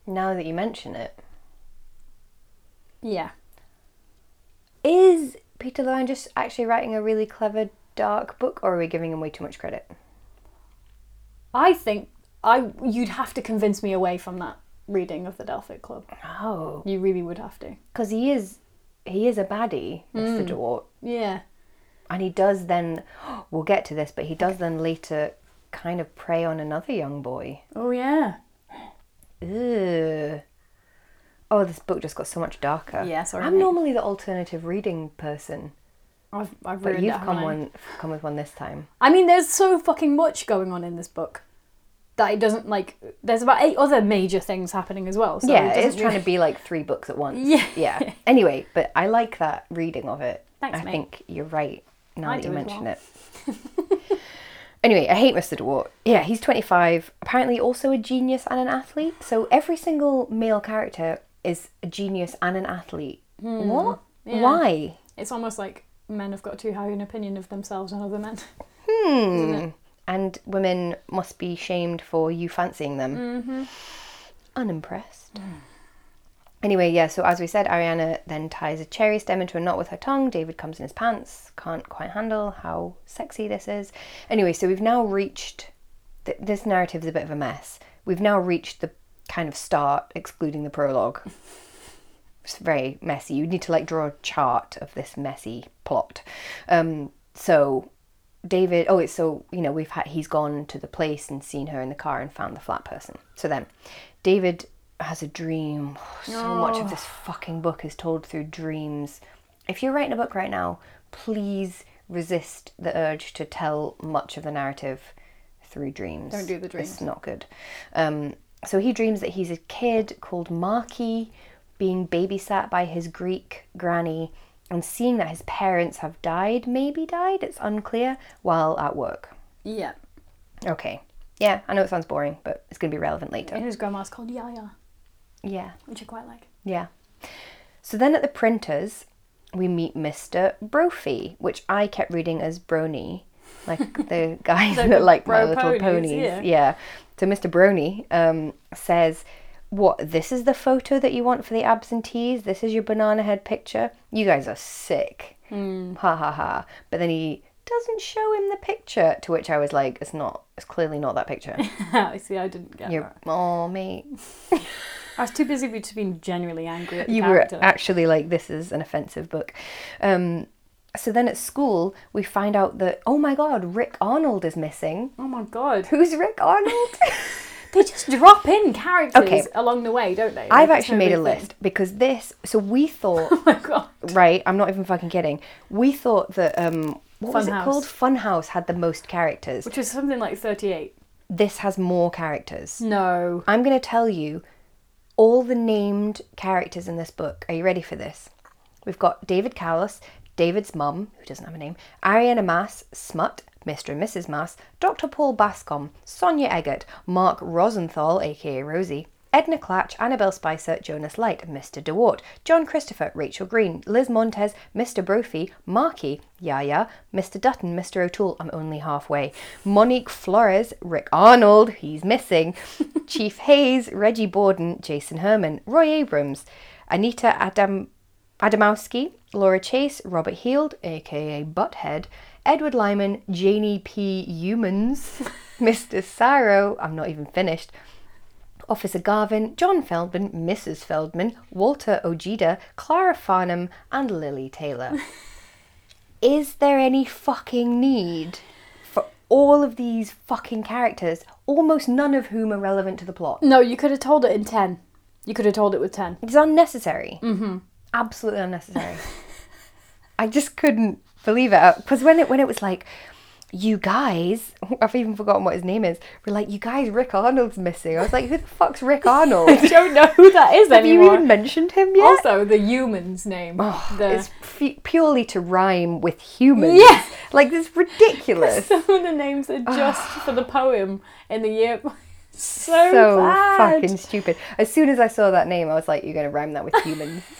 [SPEAKER 1] now that you mention it.
[SPEAKER 2] Yeah.
[SPEAKER 1] Is Peter Lorre just actually writing a really clever dark book, or are we giving him way too much credit?
[SPEAKER 2] I think I you'd have to convince me away from that reading of the Delphic Club.
[SPEAKER 1] Oh,
[SPEAKER 2] You really would have to.
[SPEAKER 1] because he is he is a baddie, Mr. Dewart,
[SPEAKER 2] Yeah.
[SPEAKER 1] and he does then. [GASPS] We'll get to this, but he does then later kind of prey on another young boy.
[SPEAKER 2] Oh yeah.
[SPEAKER 1] Ugh. Oh, this book just got so much darker.
[SPEAKER 2] Yeah, sorry,
[SPEAKER 1] I'm
[SPEAKER 2] mate.
[SPEAKER 1] normally the alternative reading person,
[SPEAKER 2] I've I've
[SPEAKER 1] but
[SPEAKER 2] ruined
[SPEAKER 1] you've
[SPEAKER 2] it,
[SPEAKER 1] come
[SPEAKER 2] haven't I?
[SPEAKER 1] one come with one this time.
[SPEAKER 2] I mean, there's so fucking much going on in this book that it doesn't like. There's about eight other major things happening as well. [LAUGHS] So
[SPEAKER 1] yeah,
[SPEAKER 2] it
[SPEAKER 1] it's trying to be like three books at once.
[SPEAKER 2] Yeah.
[SPEAKER 1] Yeah. Anyway, but I like that reading of it.
[SPEAKER 2] Thanks,
[SPEAKER 1] I
[SPEAKER 2] mate.
[SPEAKER 1] think you're right. now
[SPEAKER 2] I
[SPEAKER 1] that
[SPEAKER 2] do
[SPEAKER 1] you
[SPEAKER 2] as
[SPEAKER 1] mention
[SPEAKER 2] well.
[SPEAKER 1] it.
[SPEAKER 2] [LAUGHS]
[SPEAKER 1] Anyway, I hate Mr. Dwart. Yeah, he's 25, apparently also a genius and an athlete. So every single male character is a genius and an athlete. What?
[SPEAKER 2] Hmm. Yeah.
[SPEAKER 1] Why?
[SPEAKER 2] [LAUGHS] It's almost like men have got too high an opinion of themselves and other men.
[SPEAKER 1] Hmm. And women must be shamed for you fancying them. Mm-hmm. Unimpressed. Anyway, yeah, so as we said, Ariana then ties a cherry stem into a knot with her tongue. David comes in his pants, can't quite handle how sexy this is. Anyway, so we've now reached th- this narrative's a bit of a mess. We've now reached the kind of start, excluding the prologue. It's very messy. You need to like draw a chart of this messy plot. Um, so David, oh, it's so you know we've had he's gone to the place and seen her in the car and found the flat person. So then, David has a dream. So much
[SPEAKER 2] Oh.
[SPEAKER 1] of this fucking book is told through dreams. If you're writing a book right now, please resist the urge to tell much of the narrative through dreams.
[SPEAKER 2] Don't do the dreams.
[SPEAKER 1] It's not good. Um, so he dreams that he's a kid called Marky being babysat by his Greek granny and seeing that his parents have died, maybe died, it's unclear, while at work.
[SPEAKER 2] [LAUGHS] Yeah.
[SPEAKER 1] Okay. Yeah, I know it sounds boring, but it's going to be relevant later.
[SPEAKER 2] [LAUGHS] And his grandma's called Yaya,
[SPEAKER 1] Yeah.
[SPEAKER 2] which I quite like. [LAUGHS]
[SPEAKER 1] Yeah. So then at the printers, we meet Mr. Brophy, which I kept reading as Brony,
[SPEAKER 2] [LAUGHS]
[SPEAKER 1] like the guy [LAUGHS]
[SPEAKER 2] Like
[SPEAKER 1] that
[SPEAKER 2] the
[SPEAKER 1] like My
[SPEAKER 2] bro
[SPEAKER 1] Little
[SPEAKER 2] ponies,
[SPEAKER 1] Ponies.
[SPEAKER 2] yeah.
[SPEAKER 1] So Mr. Brony um, says, "What? This is the photo that you want for the absentees. This is your banana head picture. You guys are sick.
[SPEAKER 2] Hmm.
[SPEAKER 1] Ha ha ha." But then he doesn't show him the picture, to which I was like, "It's not. It's clearly not that
[SPEAKER 2] [LAUGHS]
[SPEAKER 1] picture."
[SPEAKER 2] I see, I didn't get
[SPEAKER 1] You're,
[SPEAKER 2] that.
[SPEAKER 1] oh mate,
[SPEAKER 2] I was too busy be- to being genuinely angry at the
[SPEAKER 1] you
[SPEAKER 2] character.
[SPEAKER 1] were actually like this is an offensive book um so then at school we find out that oh my god rick arnold is missing [LAUGHS]
[SPEAKER 2] oh my god.
[SPEAKER 1] who's rick arnold
[SPEAKER 2] [LAUGHS]
[SPEAKER 1] [LAUGHS]
[SPEAKER 2] They just drop in characters
[SPEAKER 1] Okay.
[SPEAKER 2] along the way, don't they? Like,
[SPEAKER 1] i've
[SPEAKER 2] it's
[SPEAKER 1] actually
[SPEAKER 2] no
[SPEAKER 1] made a
[SPEAKER 2] big thing. [LAUGHS]
[SPEAKER 1] list because this so we thought
[SPEAKER 2] Oh my god.
[SPEAKER 1] right i'm not even fucking kidding we thought that um what was
[SPEAKER 2] Funhouse.
[SPEAKER 1] it called funhouse had the most characters
[SPEAKER 2] Which is something like 38.
[SPEAKER 1] this has more characters
[SPEAKER 2] No.
[SPEAKER 1] i'm going to tell you all the named characters in this book are you ready for this We've got David Callis, David's mum, who doesn't have a name, Ariana Mass, Smut, Mr. and Mrs. Mass, Dr. Paul Bascom, Sonia Eggert, Mark Rosenthal, aka Rosie, Edna Clatch, Annabelle Spicer, Jonas Light, Mr. DeWart, John Christopher, Rachel Green, Liz Montez, Mr. Brophy, Marky, Yaya, Mr. Dutton, Mr. O'Toole, I'm only halfway, Monique Flores, Rick Arnold, he's missing, Chief Hayes, Reggie Borden, Jason Herman, Roy Abrams, Anita Adam. Adamowski, Laura Chase, Robert Heald, aka Butthead, Edward Lyman, Janie P. Humans, Mr. Saro, I'm not even finished, Officer Garvin, John Feldman, Mrs. Feldman, Walter Ojeda, Clara Farnham, and Lily Taylor. Is there any fucking need for all of these fucking characters, almost none of whom are relevant to the plot?
[SPEAKER 2] No, you could have told it in 10. You could have told it with 10.
[SPEAKER 1] It's unnecessary. Mm-hmm. Absolutely unnecessary. [LAUGHS] I just couldn't believe it because when it when it was like, you guys, [LAUGHS] I've even forgotten what his name is. We're like, you guys, Rick Arnold's missing. I was like, who the fuck's Rick Arnold?
[SPEAKER 2] I don't know who that is
[SPEAKER 1] [LAUGHS] Have you
[SPEAKER 2] anymore.
[SPEAKER 1] even mentioned him yet?
[SPEAKER 2] Also, the human's name. the...
[SPEAKER 1] It's pu- purely to rhyme with humans.
[SPEAKER 2] Yeah.
[SPEAKER 1] like this is ridiculous.
[SPEAKER 2] [LAUGHS] Some of the names are just for the poem in the year. [LAUGHS] so,
[SPEAKER 1] so
[SPEAKER 2] bad.
[SPEAKER 1] fucking stupid. As soon as I saw that name, I was like, you're gonna rhyme that with
[SPEAKER 2] [LAUGHS]
[SPEAKER 1] humans. [LAUGHS]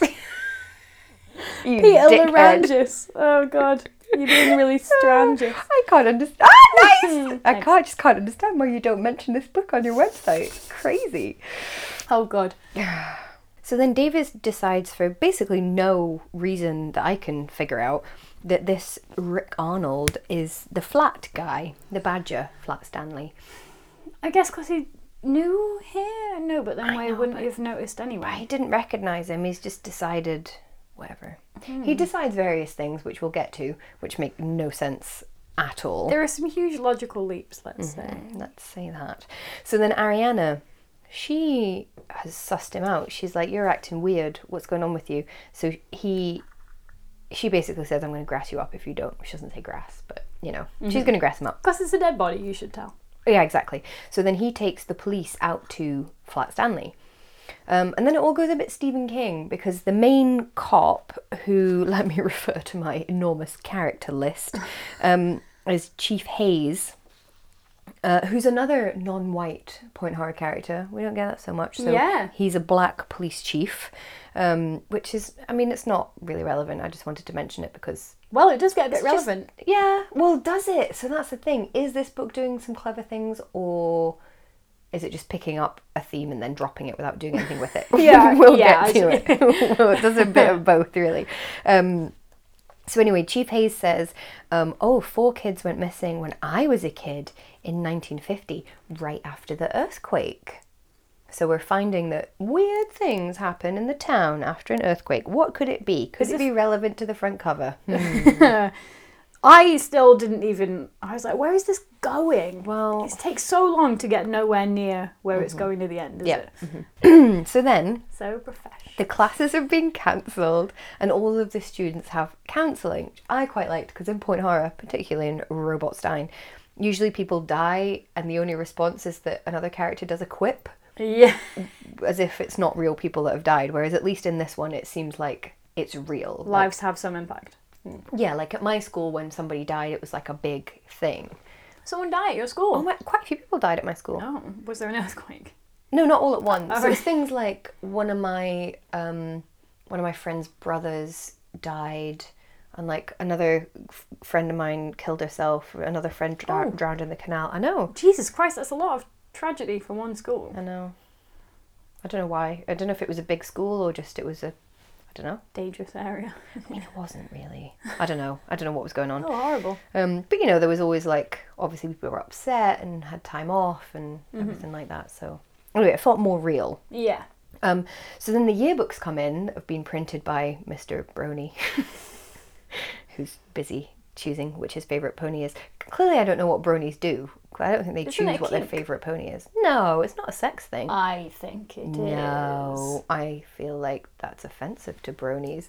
[SPEAKER 1] you
[SPEAKER 2] Peter
[SPEAKER 1] dickhead.
[SPEAKER 2] Larangis. Oh god, you're
[SPEAKER 1] [LAUGHS]
[SPEAKER 2] being really
[SPEAKER 1] [GASPS]
[SPEAKER 2] strange.
[SPEAKER 1] I can't understand. Ah, nice!
[SPEAKER 2] [LAUGHS]
[SPEAKER 1] I
[SPEAKER 2] Thanks.
[SPEAKER 1] can't just can't understand why you don't mention this book on your website. Crazy.
[SPEAKER 2] Oh god.
[SPEAKER 1] So then Davis decides, for basically no reason that I can figure out, that this Rick Arnold is the flat guy, the badger, Flat Stanley.
[SPEAKER 2] I guess because he knew here. No, but then why wouldn't you have noticed anyway?
[SPEAKER 1] I didn't recognize him. He's just decided whatever. He decides various things, which we'll get to, which make no sense at all.
[SPEAKER 2] There are some huge logical leaps. Let's
[SPEAKER 1] Mm-hmm.
[SPEAKER 2] say.
[SPEAKER 1] Mm, Let's say that. So then Ariana, she has sussed him out. She's like, "You're acting weird. What's going on with you?" So he, she basically says, "I'm going to grass you up if you don't." She doesn't say grass, but you know, she's going to grass him up.
[SPEAKER 2] Because it's a dead body, you should tell.
[SPEAKER 1] Yeah, exactly. So then he takes the police out to Flat Stanley. Um, and then it all goes a bit Stephen King because the main cop, who [LAUGHS] let me refer to my enormous character list, um, is Chief Hayes, uh, who's another non-white Point Horror character. We don't get that so much. So
[SPEAKER 2] Yeah.
[SPEAKER 1] he's a black police chief, um, which is, I mean, it's not really relevant. I just wanted to mention it because
[SPEAKER 2] Well, it does get a bit
[SPEAKER 1] it's just-
[SPEAKER 2] relevant.
[SPEAKER 1] yeah. Well, does it? So that's the thing. Is this book doing some clever things or is it just picking up a theme and then dropping it without doing anything with it?
[SPEAKER 2] [LAUGHS]
[SPEAKER 1] [LAUGHS]
[SPEAKER 2] Yeah,
[SPEAKER 1] we'll
[SPEAKER 2] yeah,
[SPEAKER 1] get to it. [LAUGHS] well, it does a bit
[SPEAKER 2] [LAUGHS]
[SPEAKER 1] of both, really. Um, so anyway, Chief Hayes says, um, "Oh, four kids went missing when I was a kid in 1950, right after the earthquake." So we're finding that weird things happen in the town after an earthquake. What could it be? Could it be relevant to the front cover?
[SPEAKER 2] I still didn't even. I was like, where is this going?
[SPEAKER 1] Well-
[SPEAKER 2] it takes so long to get nowhere near where it's going to the end, is
[SPEAKER 1] Yeah. Mm-hmm. [CLEARS THROAT]
[SPEAKER 2] it?
[SPEAKER 1] so then
[SPEAKER 2] So professional.
[SPEAKER 1] the classes have been cancelled and all of the students have counselling which i quite liked because in point horror particularly in robot stein usually people die and the only response is that another character does a quip
[SPEAKER 2] [LAUGHS] Yeah.
[SPEAKER 1] as if it's not real people that have died whereas at least in this one it seems like it's real Like-
[SPEAKER 2] Lives have some impact.
[SPEAKER 1] yeah like at my school when somebody died it was like a big thing
[SPEAKER 2] Someone died at your school.
[SPEAKER 1] oh my, quite a few people died at my school
[SPEAKER 2] Oh, was there an earthquake?
[SPEAKER 1] No, not all at once.
[SPEAKER 2] Oh,
[SPEAKER 1] So it's things like one of my um, one of my friend's brothers died, and like another f- friend of mine killed herself. Another friend drow-
[SPEAKER 2] Oh.
[SPEAKER 1] drowned in the canal. I know,
[SPEAKER 2] [LAUGHS] Jesus Christ, that's a lot of tragedy for one school.
[SPEAKER 1] I know. I don't know why. I don't know if it was a big school or just it was a. I don't know.
[SPEAKER 2] Dangerous area.
[SPEAKER 1] I mean, it wasn't really. I don't know. I don't know what was going on.
[SPEAKER 2] [LAUGHS] Oh, horrible.
[SPEAKER 1] Um, but you know, there was always like obviously people were upset and had time off and
[SPEAKER 2] Mm-hmm.
[SPEAKER 1] everything like that. So anyway, it felt more real.
[SPEAKER 2] Yeah.
[SPEAKER 1] Um, so then the yearbooks come in that have been printed by Mr. Brony, [LAUGHS] who's busy choosing which his favourite pony is. Clearly, I don't know what bronies do. I don't think they
[SPEAKER 2] Isn't it
[SPEAKER 1] choose what their
[SPEAKER 2] kink?
[SPEAKER 1] favourite pony is. No, it's not a sex thing.
[SPEAKER 2] I think it is.
[SPEAKER 1] no, I feel like that's offensive to bronies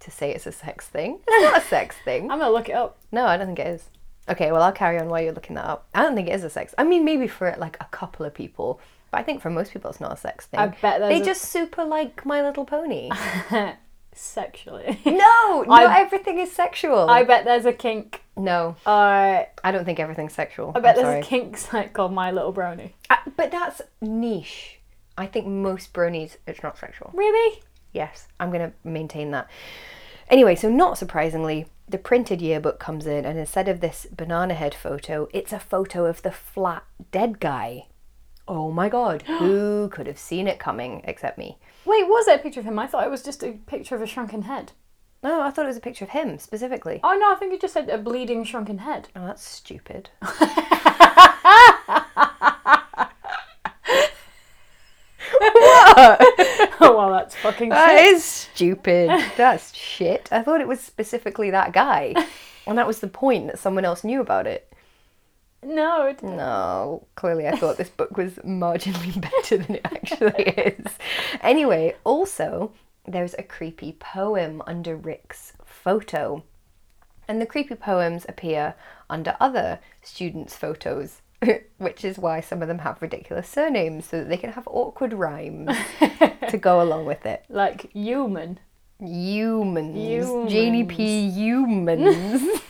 [SPEAKER 1] to say it's a sex thing. It's not a sex thing.
[SPEAKER 2] I'm gonna look it [LAUGHS] up.
[SPEAKER 1] No, I don't think it is. Okay, well, I'll carry on while you're looking that up. I don't think it is a sex. I mean, maybe for like a couple of people, but I think for most people, it's not a sex thing.
[SPEAKER 2] I bet there's
[SPEAKER 1] they
[SPEAKER 2] a-
[SPEAKER 1] just super like My Little [LAUGHS] Pony.
[SPEAKER 2] Sexually.
[SPEAKER 1] no,
[SPEAKER 2] I-
[SPEAKER 1] not everything is sexual.
[SPEAKER 2] [LAUGHS] I bet there's a kink.
[SPEAKER 1] No,
[SPEAKER 2] Uh,
[SPEAKER 1] I don't think everything's sexual.
[SPEAKER 2] I bet
[SPEAKER 1] I'm
[SPEAKER 2] there's
[SPEAKER 1] sorry.
[SPEAKER 2] a kink site called My Little Brony.
[SPEAKER 1] I- but that's niche. I think most bronies, it's not sexual.
[SPEAKER 2] Really?
[SPEAKER 1] Yes, I'm going to maintain that. Anyway, so not surprisingly, the printed yearbook comes in, and instead of this banana head photo, it's a photo of the flat dead guy. Oh my [GASPS] god, who could have seen it coming except me?
[SPEAKER 2] Wait, was there a picture of him? I thought it was just a picture of a shrunken head.
[SPEAKER 1] No, I thought it was a picture of him specifically.
[SPEAKER 2] Oh no, I think it just said a bleeding shrunken head. [LAUGHS]
[SPEAKER 1] Oh, that's stupid.
[SPEAKER 2] oh well,
[SPEAKER 1] [LAUGHS]
[SPEAKER 2] that's
[SPEAKER 1] [LAUGHS]
[SPEAKER 2] fucking
[SPEAKER 1] That
[SPEAKER 2] shit.
[SPEAKER 1] is stupid. [LAUGHS] That's shit. I thought it was specifically that [LAUGHS] guy. And that was the point that someone else knew about it.
[SPEAKER 2] No, it,
[SPEAKER 1] No, clearly I thought this book was marginally [LAUGHS] better than it actually is. Anyway, also, there's a creepy poem under Rick's photo. And the creepy poems appear under other students' photos, [LAUGHS] which is why some of them have ridiculous surnames, so that they can have awkward rhymes to go along with it.
[SPEAKER 2] like human.
[SPEAKER 1] Humans. Janie P. Humans.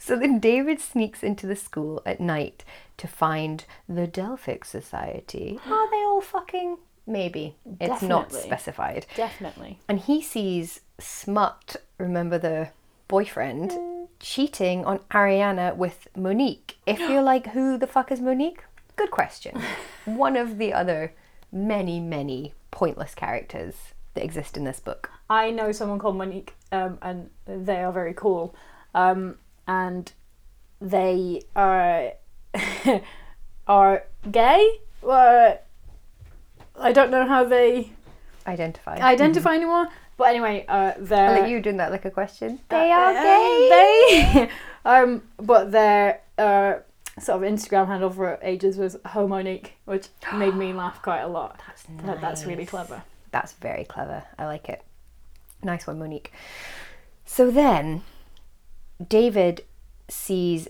[SPEAKER 1] so then David sneaks into the school at night to find the Delphic Society. Are they all fucking? Maybe. It's not
[SPEAKER 2] Definitely.
[SPEAKER 1] specified.
[SPEAKER 2] Definitely.
[SPEAKER 1] And he sees Smut, remember the boyfriend, cheating on Ariana with Monique. If you're like, who the fuck is Monique? Good question. One of the other many, many pointless characters that exist in this book.
[SPEAKER 2] I know someone called Monique, um, and they are very cool. Um, and they are [LAUGHS] are gay. Uh, I don't know how they
[SPEAKER 1] identify.
[SPEAKER 2] identify anymore. But anyway, uh, they're
[SPEAKER 1] I'll let you doing that like a question. They
[SPEAKER 2] Uh,
[SPEAKER 1] are gay.
[SPEAKER 2] They, um, but their uh, sort of Instagram handle for ages was Homonique, which made me laugh quite a lot. [GASPS] That's That's really clever.
[SPEAKER 1] That's very clever. I like it. Nice one, Monique. So then, David sees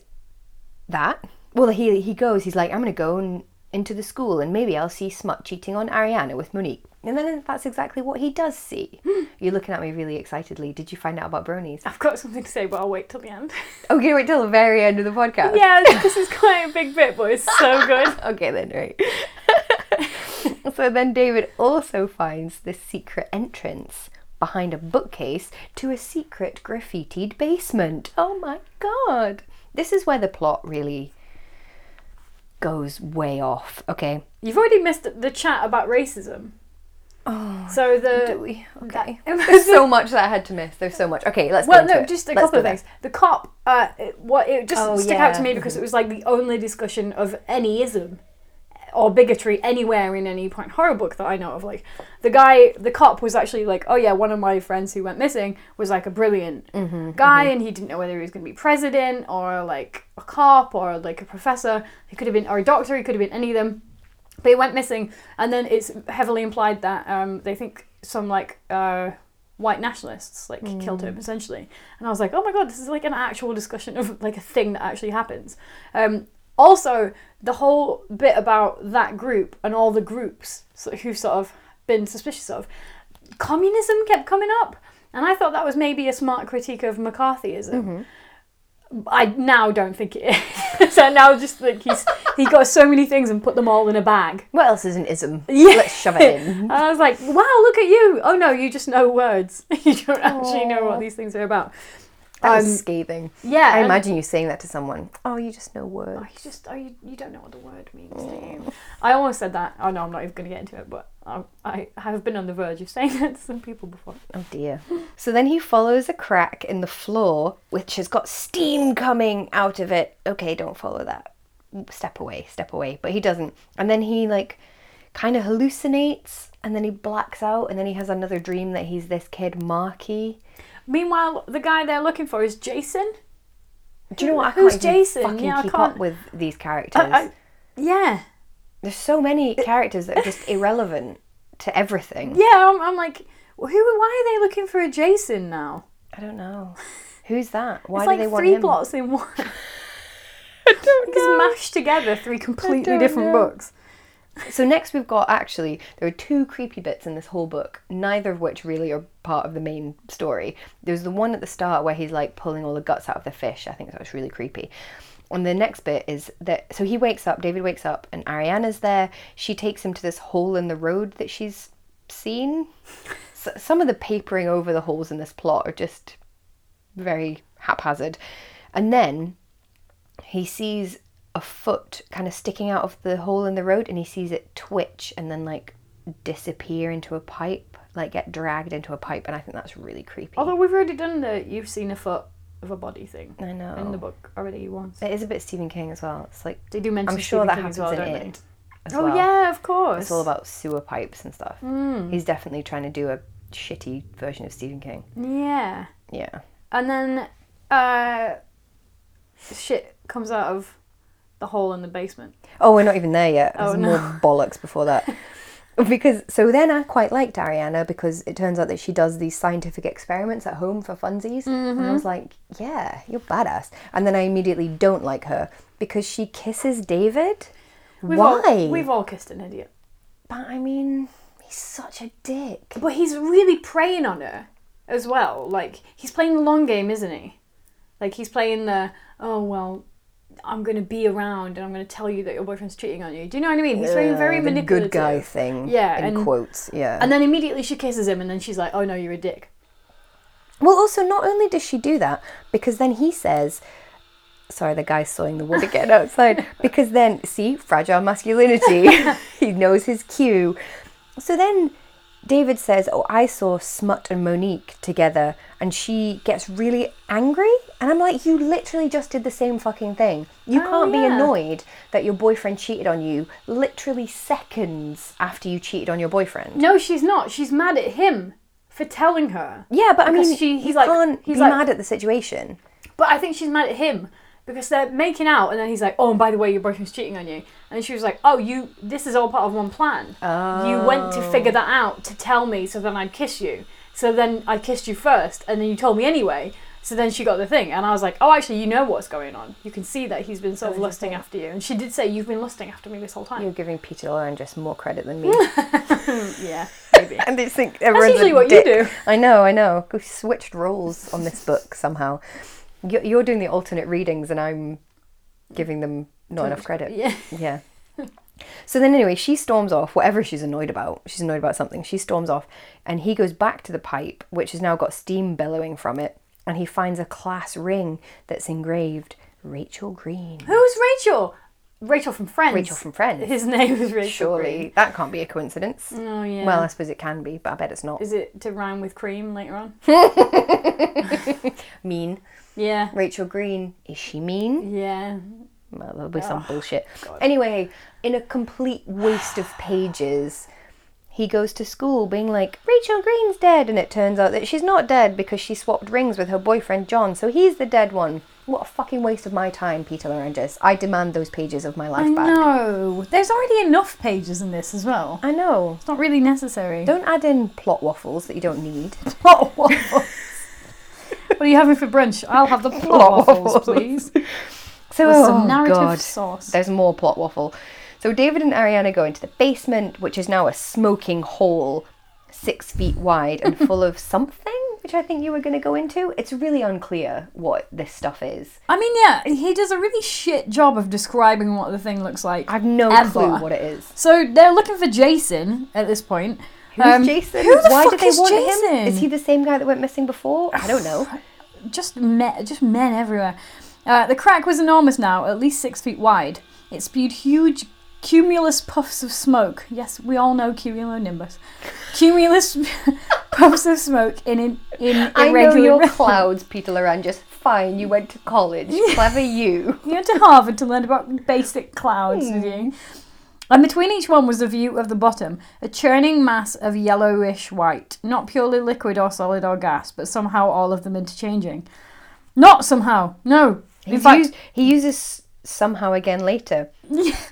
[SPEAKER 1] that. Well, he he goes. He's like, I'm gonna go and into the school, and maybe I'll see Smut cheating on Ariana with Monique. And then that's exactly what he does [GASPS] see. You're looking at me really excitedly. Did you find out about bronies?
[SPEAKER 2] I've got something to say, but I'll wait till the end. [LAUGHS]
[SPEAKER 1] Okay, wait till the very end of the podcast.
[SPEAKER 2] yeah, this is quite a big bit, but it's so good. [LAUGHS]
[SPEAKER 1] Okay, then, right. [LAUGHS] so then David also finds this secret entrance behind a bookcase to a secret graffitied basement. Oh my god. This is where the plot really goes way off, okay?
[SPEAKER 2] You've already missed the chat about racism. Oh, so
[SPEAKER 1] Do
[SPEAKER 2] the
[SPEAKER 1] we?
[SPEAKER 2] [LAUGHS]
[SPEAKER 1] Okay.
[SPEAKER 2] that-
[SPEAKER 1] There's so much that I had to miss. There's so much. Okay, let's
[SPEAKER 2] well,
[SPEAKER 1] go into
[SPEAKER 2] no,
[SPEAKER 1] it.
[SPEAKER 2] just a
[SPEAKER 1] Let's
[SPEAKER 2] couple of
[SPEAKER 1] go there.
[SPEAKER 2] things. The cop, uh, it- what it just
[SPEAKER 1] Oh,
[SPEAKER 2] stuck out to
[SPEAKER 1] yeah.
[SPEAKER 2] me because it was like the only discussion of any ism or bigotry anywhere in any point horror book that I know of. Like the guy, the cop was actually like, oh yeah, one of my friends who went missing was like a brilliant
[SPEAKER 1] Mm-hmm,
[SPEAKER 2] guy, and he didn't know whether he was going to be president or like a cop or like a professor. He could have been or a doctor. He could have been any of them. But he went missing, and then it's heavily implied that um, they think some like uh, white nationalists like killed him essentially. And I was like, oh my god, this is like an actual discussion of like a thing that actually happens. Um, also, the whole bit about that group and all the groups so- who sort of been suspicious of communism kept coming up, and I thought that was maybe a smart critique of McCarthyism. I now don't think it is. [LAUGHS] I now just think he's he got so many things and put them all in a bag.
[SPEAKER 1] What else is an ism?
[SPEAKER 2] Yeah.
[SPEAKER 1] Let's shove it in.
[SPEAKER 2] [LAUGHS] And I was like, wow, look at you. Oh no, you just know words. [LAUGHS] you don't actually know what these things are about.
[SPEAKER 1] That was
[SPEAKER 2] Um,
[SPEAKER 1] scathing.
[SPEAKER 2] Yeah,
[SPEAKER 1] I
[SPEAKER 2] and-
[SPEAKER 1] imagine you saying that to someone. Oh, you just know words.
[SPEAKER 2] Oh, you just oh, you, you don't know what the word means, do you? I almost said that. Oh no, I'm not even going to get into it, but I, I have been on the verge of saying [LAUGHS] that to some people before.
[SPEAKER 1] Oh dear. So then he follows a crack in the floor, which has got steam coming out of it. Okay, don't follow that. Step away, step away. But he doesn't. And then he, like, kind of hallucinates and then he blacks out and then he has another dream that he's this kid, Marky.
[SPEAKER 2] Meanwhile, the guy they're looking for is Jason.
[SPEAKER 1] Do you know what? I can't
[SPEAKER 2] Who's
[SPEAKER 1] even
[SPEAKER 2] Jason?
[SPEAKER 1] fucking
[SPEAKER 2] Yeah, I
[SPEAKER 1] keep up
[SPEAKER 2] can't-
[SPEAKER 1] with these characters.
[SPEAKER 2] I- I- yeah,
[SPEAKER 1] There's so
[SPEAKER 2] [LAUGHS]
[SPEAKER 1] many characters that are just irrelevant to everything.
[SPEAKER 2] yeah. I'm, I'm like, who? Why are they looking for a Jason now?
[SPEAKER 1] I don't know. Who's that? Why
[SPEAKER 2] It's
[SPEAKER 1] do
[SPEAKER 2] like
[SPEAKER 1] they want
[SPEAKER 2] three
[SPEAKER 1] him?
[SPEAKER 2] plots
[SPEAKER 1] [LAUGHS]
[SPEAKER 2] in one.
[SPEAKER 1] don't
[SPEAKER 2] Just mashed together three completely
[SPEAKER 1] don't know.
[SPEAKER 2] different books.
[SPEAKER 1] So next we've got actually there are two creepy bits in this whole book, neither of which really are part of the main story. There's the one at the start where he's like pulling all the guts out of the fish. I think that was really creepy. And the next bit is that so he wakes up, David wakes up, and Ariana's there. She takes him to this hole in the road that she's seen. S some of the papering over the holes in this plot are just very haphazard. And then he sees a foot kind of sticking out of the hole in the road and he sees it twitch and then like disappear into a pipe, like get dragged into a pipe. And I think that's really creepy.
[SPEAKER 2] Although we've already done the you've seen a foot of a body thing
[SPEAKER 1] I know.
[SPEAKER 2] in the book already once.
[SPEAKER 1] it is a bit Stephen King as well. It's like,
[SPEAKER 2] They do mention
[SPEAKER 1] I'm sure
[SPEAKER 2] Stephen
[SPEAKER 1] that
[SPEAKER 2] King
[SPEAKER 1] happens
[SPEAKER 2] as well,
[SPEAKER 1] in
[SPEAKER 2] don't they?
[SPEAKER 1] it as
[SPEAKER 2] oh
[SPEAKER 1] well.
[SPEAKER 2] yeah, of course.
[SPEAKER 1] It's all about sewer pipes and stuff.
[SPEAKER 2] Hmm.
[SPEAKER 1] He's definitely trying to do a shitty version of Stephen King.
[SPEAKER 2] yeah.
[SPEAKER 1] Yeah.
[SPEAKER 2] And then uh shit comes out of the hole in the basement.
[SPEAKER 1] Oh, we're not even there yet. There's
[SPEAKER 2] Oh, no.
[SPEAKER 1] more bollocks before
[SPEAKER 2] [LAUGHS]
[SPEAKER 1] that. because so then I quite liked Ariana because it turns out that she does these scientific experiments at home for funsies, and
[SPEAKER 2] Mm-hmm.
[SPEAKER 1] I was like, yeah, you're badass. And then I immediately don't like her because she kisses David.
[SPEAKER 2] We've
[SPEAKER 1] Why?
[SPEAKER 2] All, we've all kissed an idiot.
[SPEAKER 1] but I mean, he's such a dick.
[SPEAKER 2] But he's really preying on her as well. Like he's playing the long game, isn't he? Like he's playing the oh well, I'm gonna be around and I'm gonna tell you that your boyfriend's cheating on you. Do you know what I mean? He's being very
[SPEAKER 1] Uh, the
[SPEAKER 2] manipulative.
[SPEAKER 1] good guy thing.
[SPEAKER 2] Yeah,
[SPEAKER 1] in
[SPEAKER 2] and-
[SPEAKER 1] quotes. Yeah.
[SPEAKER 2] And then immediately she kisses him, and then she's like, "Oh no, you're a dick."
[SPEAKER 1] Well, also, not only does she do that, because then he says, Sorry, the guy's sawing the wood again
[SPEAKER 2] [LAUGHS]
[SPEAKER 1] outside. Because then, see, fragile masculinity. [LAUGHS] he knows his cue. So then David says, Oh, I saw Smut and Monique together. And she gets really angry. And I'm like, You literally just did the same fucking thing. You
[SPEAKER 2] Oh,
[SPEAKER 1] can't be
[SPEAKER 2] yeah.
[SPEAKER 1] annoyed that your boyfriend cheated on you literally seconds after you cheated on your boyfriend.
[SPEAKER 2] No, she's not. She's mad at him for telling her.
[SPEAKER 1] Yeah, but I
[SPEAKER 2] Because
[SPEAKER 1] mean,
[SPEAKER 2] she-
[SPEAKER 1] you
[SPEAKER 2] he's like-
[SPEAKER 1] can't
[SPEAKER 2] he's
[SPEAKER 1] be
[SPEAKER 2] like-
[SPEAKER 1] mad at the situation.
[SPEAKER 2] But I think she's mad at him because they're making out, and then he's like, "Oh, and by the way, your boyfriend's cheating on you." And she was like, "Oh, you. This is all part of one plan. You went to figure that out to tell me, so then I'd kiss you. So then I kissed you first, and then you told me anyway. So then she got the thing, and I was like, oh, actually, you know what's going on. You can see that he's been sort of
[SPEAKER 1] Oh,
[SPEAKER 2] lusting
[SPEAKER 1] okay.
[SPEAKER 2] after you. And she did say, you've been lusting after me this whole time.
[SPEAKER 1] You're giving Peter Laurendress more credit than me.
[SPEAKER 2] [LAUGHS] yeah, maybe.
[SPEAKER 1] [LAUGHS] and they think everyone's
[SPEAKER 2] usually
[SPEAKER 1] a
[SPEAKER 2] what you
[SPEAKER 1] dick.
[SPEAKER 2] do.
[SPEAKER 1] I know, I know. We switched roles on this book somehow. You- You're doing the alternate readings, and I'm giving them not enough credit.
[SPEAKER 2] Yeah.
[SPEAKER 1] Yeah. So then, anyway, she storms off, whatever she's annoyed about. She's annoyed about something. She storms off, and he goes back to the pipe, which has now got steam billowing from it, and he finds a class ring that's engraved [GASPS] Rachel Green.
[SPEAKER 2] Who's Rachel? Rachel from Friends.
[SPEAKER 1] Rachel from Friends.
[SPEAKER 2] His [LAUGHS] name is Rachel.
[SPEAKER 1] Surely
[SPEAKER 2] Green.
[SPEAKER 1] that can't be a coincidence.
[SPEAKER 2] Oh, yeah.
[SPEAKER 1] Well, I suppose it can be, but I bet it's not.
[SPEAKER 2] Is it to rhyme with cream later on?
[SPEAKER 1] mean.
[SPEAKER 2] Yeah.
[SPEAKER 1] Rachel Green, is she mean?
[SPEAKER 2] Yeah.
[SPEAKER 1] Well, there'll be some bullshit. Anyway, in a complete waste of pages, he goes to school being like, Rachel Green's dead. And it turns out that she's not dead because she swapped rings with her boyfriend John. So he's the dead one. What a fucking waste of my time, Peter Laranges. I demand those pages of my life
[SPEAKER 2] I
[SPEAKER 1] back.
[SPEAKER 2] know. There's already enough pages in this as well.
[SPEAKER 1] I know.
[SPEAKER 2] It's not really necessary.
[SPEAKER 1] Don't add in plot waffles that you don't need.
[SPEAKER 2] [LAUGHS] plot waffles.
[SPEAKER 1] [LAUGHS]
[SPEAKER 2] what are you having for brunch? I'll have the plot,
[SPEAKER 1] Plot
[SPEAKER 2] waffles,
[SPEAKER 1] waffles.
[SPEAKER 2] please.
[SPEAKER 1] So
[SPEAKER 2] With some
[SPEAKER 1] oh,
[SPEAKER 2] narrative
[SPEAKER 1] God.
[SPEAKER 2] sauce.
[SPEAKER 1] There's more plot waffle. So David and Ariana go into the basement, which is now a smoking hole, six feet wide and full
[SPEAKER 2] [LAUGHS]
[SPEAKER 1] of something, which I think you were going to go into. It's really unclear what this stuff is.
[SPEAKER 2] I mean, yeah, he does a really shit job of describing what the thing looks like.
[SPEAKER 1] I've no
[SPEAKER 2] Ever.
[SPEAKER 1] clue what it is.
[SPEAKER 2] So they're looking for Jason at this point.
[SPEAKER 1] Who's
[SPEAKER 2] Um,
[SPEAKER 1] Jason?
[SPEAKER 2] Who the
[SPEAKER 1] Why
[SPEAKER 2] fuck
[SPEAKER 1] did they
[SPEAKER 2] is
[SPEAKER 1] want
[SPEAKER 2] Jason?
[SPEAKER 1] him? Is he the same guy that went missing before? I don't know.
[SPEAKER 2] just men, just men everywhere. Uh, the crack was enormous now, at least six feet wide. It spewed huge cumulus puffs of smoke. Yes, we all
[SPEAKER 1] [LAUGHS]
[SPEAKER 2] know cumulonimbus. Cumulus [LAUGHS] puffs of smoke in in, in
[SPEAKER 1] I
[SPEAKER 2] [LAUGHS] irregular.
[SPEAKER 1] know your
[SPEAKER 2] rhythm.
[SPEAKER 1] clouds, Peter Laranges. Fine, you went to
[SPEAKER 2] [LAUGHS]
[SPEAKER 1] college. Clever you.
[SPEAKER 2] You went to Harvard to learn about basic clouds,
[SPEAKER 1] Hmm.
[SPEAKER 2] did you? And between each one was a view of the bottom, a churning mass of yellowish white, not purely liquid or solid or gas, but somehow all of them interchanging. Not somehow, no. In
[SPEAKER 1] He's
[SPEAKER 2] fact,
[SPEAKER 1] used, he uses somehow again
[SPEAKER 2] [LAUGHS]
[SPEAKER 1] later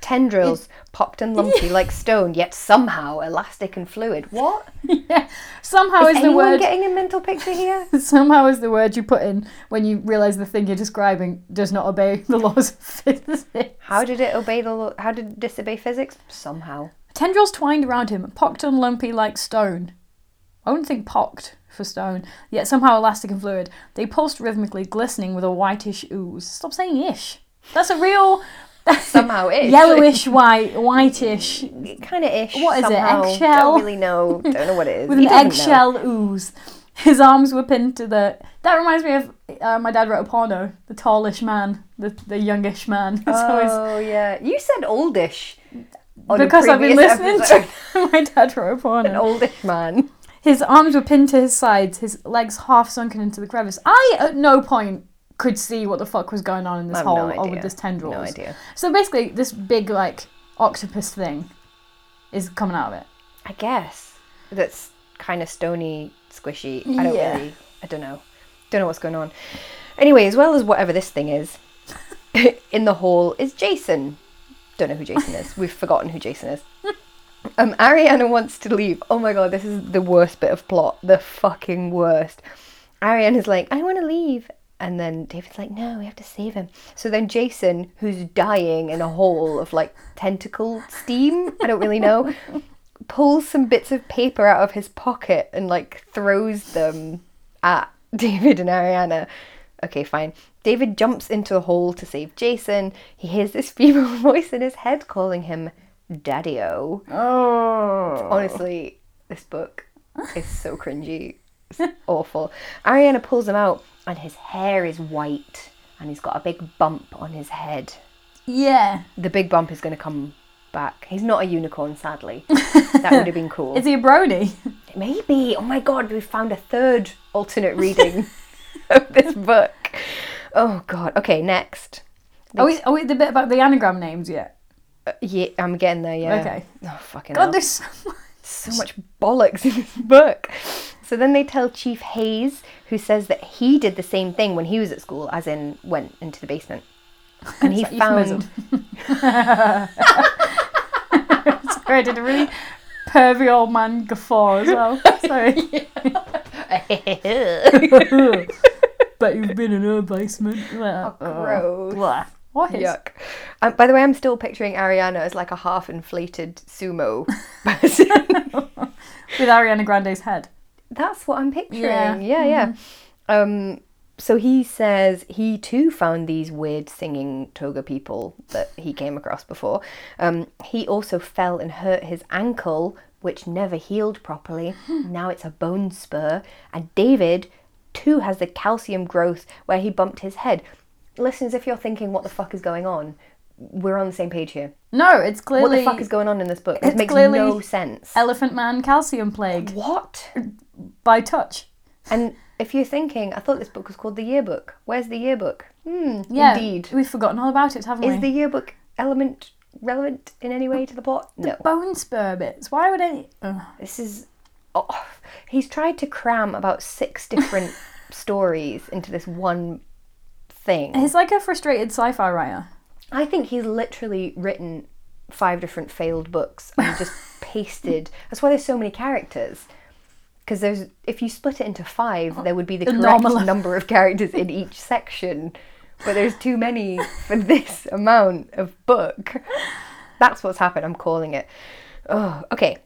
[SPEAKER 1] tendrils popped and lumpy like stone, yet somehow elastic and fluid. What
[SPEAKER 2] yeah, somehow is,
[SPEAKER 1] is
[SPEAKER 2] the
[SPEAKER 1] anyone
[SPEAKER 2] word.
[SPEAKER 1] getting a mental picture here?
[SPEAKER 2] [LAUGHS] somehow is the word you put in when you realize the thing you're describing does not obey [LAUGHS] the laws of physics.
[SPEAKER 1] How did it obey the? Lo- how did it disobey physics? Somehow.
[SPEAKER 2] Tendrils twined around him, pocked and lumpy like stone. I wouldn't think pocked for stone, yet somehow elastic and fluid. They pulsed rhythmically, glistening with a whitish ooze. Stop saying ish. That's a real [LAUGHS]
[SPEAKER 1] Somehow ish.
[SPEAKER 2] yellowish white, whitish
[SPEAKER 1] Kind of ish.
[SPEAKER 2] What is it,
[SPEAKER 1] somehow.
[SPEAKER 2] eggshell?
[SPEAKER 1] Don't really know. Don't know what it is.
[SPEAKER 2] with
[SPEAKER 1] He
[SPEAKER 2] an
[SPEAKER 1] doesn't know.
[SPEAKER 2] eggshell ooze. [LAUGHS] His arms were pinned to the. That reminds me of uh, my dad wrote a porno. The tallish man, the the youngish man. [LAUGHS] It's always-
[SPEAKER 1] Oh yeah, you said oldish. on a
[SPEAKER 2] [LAUGHS] because I've been
[SPEAKER 1] previous
[SPEAKER 2] listening
[SPEAKER 1] episode. [LAUGHS]
[SPEAKER 2] to [LAUGHS] my dad wrote a porno.
[SPEAKER 1] an oldish man.
[SPEAKER 2] His arms were pinned to his sides, his legs half sunken into the crevice. I, at no point, could see what the fuck was going on in this
[SPEAKER 1] I've
[SPEAKER 2] hole
[SPEAKER 1] no
[SPEAKER 2] or with
[SPEAKER 1] idea.
[SPEAKER 2] this tendrils.
[SPEAKER 1] No idea.
[SPEAKER 2] So basically, this big, like, octopus thing is coming out of it.
[SPEAKER 1] I guess that's kind of stony, squishy. I don't
[SPEAKER 2] Yeah.
[SPEAKER 1] really. I don't know. Don't know what's going on. Anyway, as well as whatever this thing is, [LAUGHS] in the hall is Jason. Don't know who Jason is. We've forgotten who Jason is. Um, Ariana wants to leave. Oh my god, this is the worst bit of plot. The fucking worst. Ariana's like, I want to leave. And then David's like, no, we have to save him. So then Jason, who's dying in a hole of like tentacle steam, I don't really know, pulls some bits of paper out of his pocket and like throws them at [LAUGHS] David and Ariana. Okay, fine. David jumps into the hole to save Jason. He hears this [LAUGHS] female voice in his head calling him Daddy O.
[SPEAKER 2] Oh.
[SPEAKER 1] Honestly, this book
[SPEAKER 2] [LAUGHS]
[SPEAKER 1] is so cringy. It's awful. Ariana pulls him out, and his hair is white, and he's got a big bump on his head.
[SPEAKER 2] Yeah.
[SPEAKER 1] The big bump is going to come back. He's not a unicorn, sadly. that would have been cool.
[SPEAKER 2] [LAUGHS] Is he a Brody?
[SPEAKER 1] Maybe. Oh my god, we found a third alternate reading [LAUGHS] of this book. Oh god. Okay, next.
[SPEAKER 2] Are we, are we at the bit about the anagram names yet?
[SPEAKER 1] Uh, yeah, I'm getting there. Yeah.
[SPEAKER 2] Okay.
[SPEAKER 1] Oh fucking. hell.
[SPEAKER 2] God, there's so much.
[SPEAKER 1] so much bollocks in this book. So then they tell Chief Hayes, who says that he did the same thing when he was at school, as in went into the basement. And he
[SPEAKER 2] It's like
[SPEAKER 1] found.
[SPEAKER 2] Sorry, I did a really pervy old
[SPEAKER 1] [LAUGHS]
[SPEAKER 2] man [LAUGHS] guffaw as well. Sorry. Bet you've been in her basement. Oh,
[SPEAKER 1] gross.
[SPEAKER 2] Blah. What is?
[SPEAKER 1] [LAUGHS] Yuck. Um, by the way, I'm still picturing Ariana as like a half inflated sumo person.
[SPEAKER 2] [LAUGHS] With Ariana Grande's head.
[SPEAKER 1] That's what I'm picturing.
[SPEAKER 2] Yeah. Mm-hmm.
[SPEAKER 1] Yeah, yeah. Um, so he says he too found these weird singing toga people that he came across before. Um, he also fell and hurt his ankle, which never healed
[SPEAKER 2] [LAUGHS]
[SPEAKER 1] properly. now it's a bone spur. And David too has the calcium growth where he bumped his head. Listeners, if you're thinking what the fuck is going on, we're on the same page here.
[SPEAKER 2] No, it's
[SPEAKER 1] What
[SPEAKER 2] clearly
[SPEAKER 1] the fuck is going on in this book? It
[SPEAKER 2] it's
[SPEAKER 1] makes
[SPEAKER 2] clearly-
[SPEAKER 1] no sense.
[SPEAKER 2] Elephant Man Calcium Plague
[SPEAKER 1] What?
[SPEAKER 2] by touch.
[SPEAKER 1] And if you're thinking, I thought this book was called The Yearbook. Where's the yearbook? Hmm,
[SPEAKER 2] Yeah,
[SPEAKER 1] indeed.
[SPEAKER 2] We've forgotten all about it, haven't we?
[SPEAKER 1] Is the yearbook element relevant in any way to the plot? No.
[SPEAKER 2] bone spur bits. Why would any? Ugh.
[SPEAKER 1] This is. Oh, he's tried to cram about six different stories into this one thing.
[SPEAKER 2] He's like a frustrated sci-fi writer.
[SPEAKER 1] I think he's literally written five different failed books and just pasted. That's why there's so many characters. Because there's, if you split it into five, there would be the
[SPEAKER 2] A
[SPEAKER 1] correct
[SPEAKER 2] normal-
[SPEAKER 1] number of characters in each section. But there's too many for this [LAUGHS] amount of book. That's what's happened. I'm calling it. Oh, okay.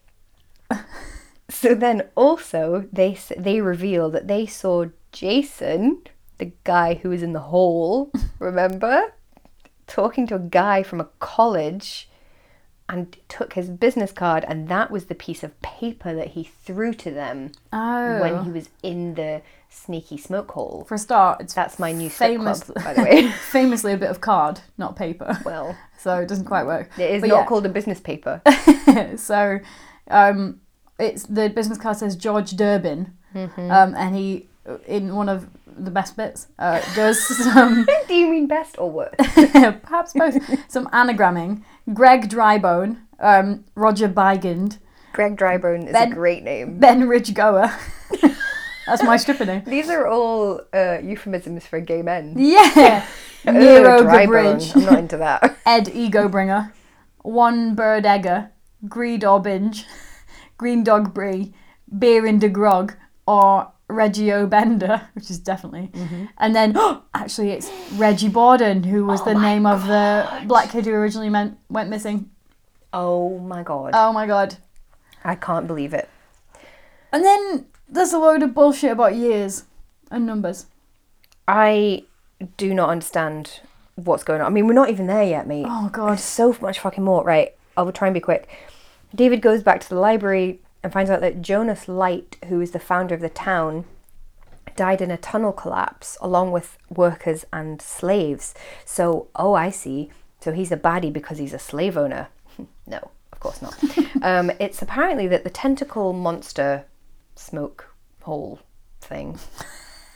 [SPEAKER 1] So then also they s- they reveal that they saw Jason, the guy who was in the
[SPEAKER 2] [LAUGHS]
[SPEAKER 1] hall, remember, talking to a guy from a college and took his business card and that was the piece of paper that he threw to them
[SPEAKER 2] Oh,
[SPEAKER 1] when he was in the sneaky smoke hole.
[SPEAKER 2] for a start, it's
[SPEAKER 1] That's my new slip
[SPEAKER 2] famous.
[SPEAKER 1] club,
[SPEAKER 2] [LAUGHS]
[SPEAKER 1] by the way.
[SPEAKER 2] famously a bit of card, not paper.
[SPEAKER 1] well,
[SPEAKER 2] So it doesn't quite work.
[SPEAKER 1] it is
[SPEAKER 2] But
[SPEAKER 1] not
[SPEAKER 2] yeah.
[SPEAKER 1] called a business
[SPEAKER 2] [LAUGHS]
[SPEAKER 1] paper. [LAUGHS]
[SPEAKER 2] so um, it's the business card says George Durbin,
[SPEAKER 1] Mm-hmm.
[SPEAKER 2] um, and he in one of the best bits uh, does some [LAUGHS]
[SPEAKER 1] Do you mean best or worst?
[SPEAKER 2] perhaps both some anagramming. Greg Drybone, um, Roger Bygand,
[SPEAKER 1] Greg Drybone is
[SPEAKER 2] Ben-
[SPEAKER 1] a great name.
[SPEAKER 2] Ben Ridge Goer. [LAUGHS] That's my stripper
[SPEAKER 1] [LAUGHS]
[SPEAKER 2] name.
[SPEAKER 1] These are all uh, euphemisms for gay men.
[SPEAKER 2] Yeah, Nero
[SPEAKER 1] Ugh, dry
[SPEAKER 2] the Bridge,
[SPEAKER 1] bone. I'm not into that.
[SPEAKER 2] Ed Egobringer, One Bird Egger, Greed Orbinge, [LAUGHS] Green Dog Bree, Beer in de Grog, or Reggio Bender, [LAUGHS] which is definitely. And then, [GASPS] actually, it's Reggie Borden, who was the name of the black kid who originally meant, went missing.
[SPEAKER 1] [LAUGHS] oh my god.
[SPEAKER 2] Oh my god.
[SPEAKER 1] I can't believe it.
[SPEAKER 2] And then there's a load of bullshit about years and numbers.
[SPEAKER 1] I do not understand what's going on. I mean, we're not even there yet, mate.
[SPEAKER 2] Oh god.
[SPEAKER 1] There's so much fucking more. Right, I'll try and be quick. David goes back to the library and finds out that Jonas Light, who is the founder of the town, died in a tunnel collapse along with workers and slaves. So, oh, I see. So he's a baddie because he's a slave owner. [LAUGHS] no, of course
[SPEAKER 2] [LAUGHS]
[SPEAKER 1] not. um, it's apparently that the tentacle monster smoke hole thing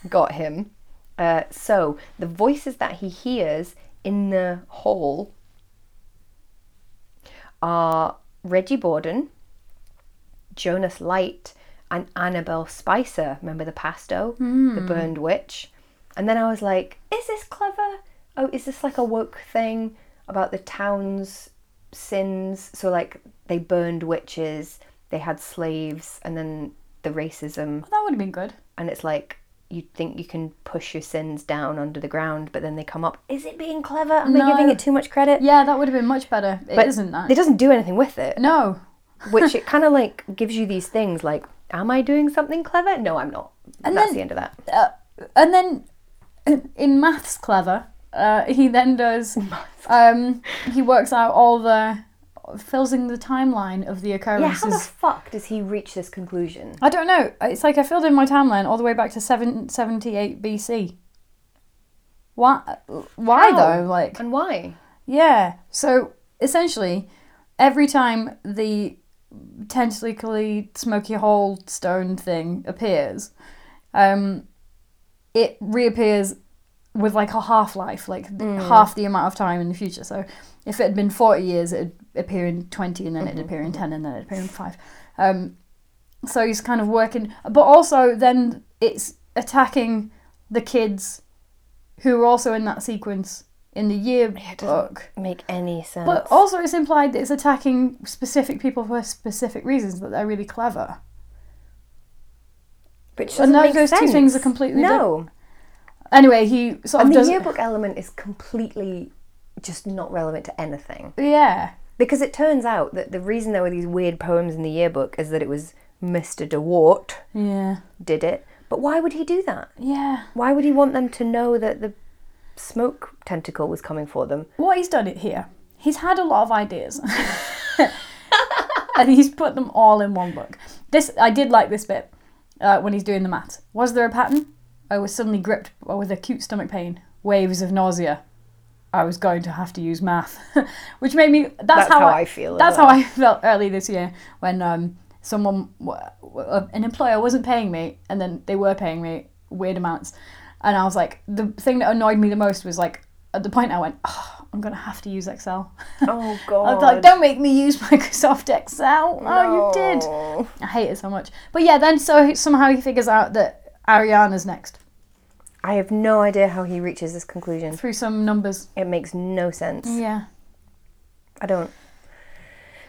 [SPEAKER 1] got him. Uh, so the voices that he hears in the hall are Reggie Borden, Jonas Light, and Annabelle Spicer. Remember the pasto, the burned witch? And then I was like, is this clever? Oh, is this like a woke thing about the town's sins? So, like, they burned witches, they had slaves, and then the racism
[SPEAKER 2] That would have been good.
[SPEAKER 1] and it's like you think you can push your sins down under the ground, but then they come up. Is it being clever? Am I
[SPEAKER 2] No.
[SPEAKER 1] giving it too much credit?
[SPEAKER 2] Yeah, that would have been much better. It
[SPEAKER 1] But
[SPEAKER 2] not that.
[SPEAKER 1] It doesn't do anything with it,
[SPEAKER 2] No.
[SPEAKER 1] which it kind of like gives you these things like, am I doing something clever? No, I'm not.
[SPEAKER 2] And
[SPEAKER 1] That's
[SPEAKER 2] then-
[SPEAKER 1] the end of that.
[SPEAKER 2] uh, and then [LAUGHS] in maths clever uh, he then does um, he works out all the fills in the timeline of the
[SPEAKER 1] Yeah, how
[SPEAKER 2] occurrences
[SPEAKER 1] the fuck does he reach this conclusion?
[SPEAKER 2] i don't know it's like i filled in my timeline all the way back to 778 bc why why
[SPEAKER 1] How?
[SPEAKER 2] though like
[SPEAKER 1] And why?
[SPEAKER 2] yeah so essentially every time the tentacly smoky hole stone thing appears um, it reappears with like a half life, like half the amount of time in the future. So if it had been 40 years, it'd appear in 20, and then it'd appear in 10, and then it'd appear in 5. Um, so he's kind of working, but also then it's attacking the kids who are also in that sequence in the yearbook.
[SPEAKER 1] Make any sense.
[SPEAKER 2] But also, it's implied that it's attacking specific people for specific reasons, that they're really clever.
[SPEAKER 1] Which doesn't
[SPEAKER 2] and now
[SPEAKER 1] make
[SPEAKER 2] those two
[SPEAKER 1] sense.
[SPEAKER 2] things are completely
[SPEAKER 1] No.
[SPEAKER 2] Anyway, he sort
[SPEAKER 1] And
[SPEAKER 2] of
[SPEAKER 1] the
[SPEAKER 2] does.
[SPEAKER 1] yearbook element is completely just not relevant to anything.
[SPEAKER 2] Yeah.
[SPEAKER 1] Because it turns out that the reason there were these weird poems in the yearbook is that it was Mr. DeWart
[SPEAKER 2] Yeah.
[SPEAKER 1] did it. But why would he do that?
[SPEAKER 2] Yeah.
[SPEAKER 1] Why would he want them to know that the smoke tentacle was coming for them?
[SPEAKER 2] what he's done it here he's had a lot of [LAUGHS] ideas and he's put them all in one book this i did like this bit uh, when he's doing the maths was there a pattern i was suddenly gripped with acute stomach pain waves of nausea i was going to have to use math [LAUGHS] which made me
[SPEAKER 1] That's
[SPEAKER 2] that's,
[SPEAKER 1] how I feel as
[SPEAKER 2] that's
[SPEAKER 1] well.
[SPEAKER 2] how i felt early this year when um, someone w- w- uh, an employer wasn't paying me and then they were paying me weird amounts and i was like the thing that annoyed me the most was like at the point i went oh, i'm gonna have to use excel [LAUGHS]
[SPEAKER 1] Oh
[SPEAKER 2] I
[SPEAKER 1] god.
[SPEAKER 2] was like, don't make me use [LAUGHS] Microsoft Excel. Oh, you did. I hate it so much. But yeah, then so somehow he figures out that Ariana's next
[SPEAKER 1] I have no idea how he reaches this conclusion.
[SPEAKER 2] through some numbers.
[SPEAKER 1] It makes no sense.
[SPEAKER 2] Yeah.
[SPEAKER 1] I don't.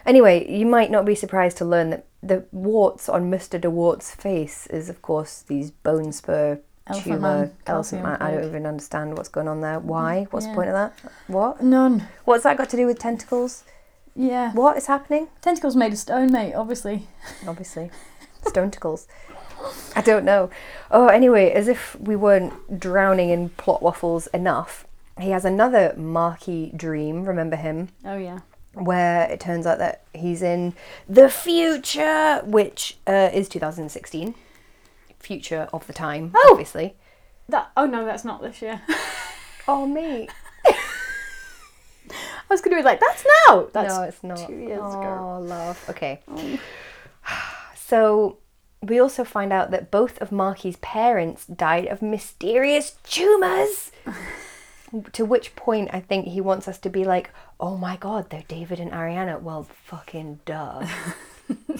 [SPEAKER 1] Anyway, you might not be surprised to learn that the warts on Mr. DeWart's face is, of course, these bone spur
[SPEAKER 2] Elephant
[SPEAKER 1] tumour.
[SPEAKER 2] man,
[SPEAKER 1] Elephant
[SPEAKER 2] calcium
[SPEAKER 1] man. I don't
[SPEAKER 2] plaque.
[SPEAKER 1] even understand what's going on there. Why? What's
[SPEAKER 2] yeah.
[SPEAKER 1] the point of that? What?
[SPEAKER 2] None.
[SPEAKER 1] What's that got to do with tentacles?
[SPEAKER 2] Yeah.
[SPEAKER 1] What is happening?
[SPEAKER 2] Tentacles made of stone, mate. Obviously.
[SPEAKER 1] Obviously, tentacles. I don't know. Oh, anyway, as if we weren't drowning in plot waffles enough, he has another marquee dream. Remember him?
[SPEAKER 2] Oh yeah.
[SPEAKER 1] where it turns out that he's in the future, which uh, is 2016. Future of the time,
[SPEAKER 2] Oh!
[SPEAKER 1] obviously.
[SPEAKER 2] That. Oh no, that's not this year. I
[SPEAKER 1] Oh, me.
[SPEAKER 2] was gonna be like, that's now. That's
[SPEAKER 1] no, it's not.
[SPEAKER 2] two years
[SPEAKER 1] oh,
[SPEAKER 2] ago. Um.
[SPEAKER 1] love. Okay. [SIGHS] So we also find out that both of Marky's parents died of mysterious
[SPEAKER 2] [LAUGHS]
[SPEAKER 1] tumours. to which point I think he wants us to be like, oh my god, they're David and Ariana. Well, fucking
[SPEAKER 2] [LAUGHS]
[SPEAKER 1] duh.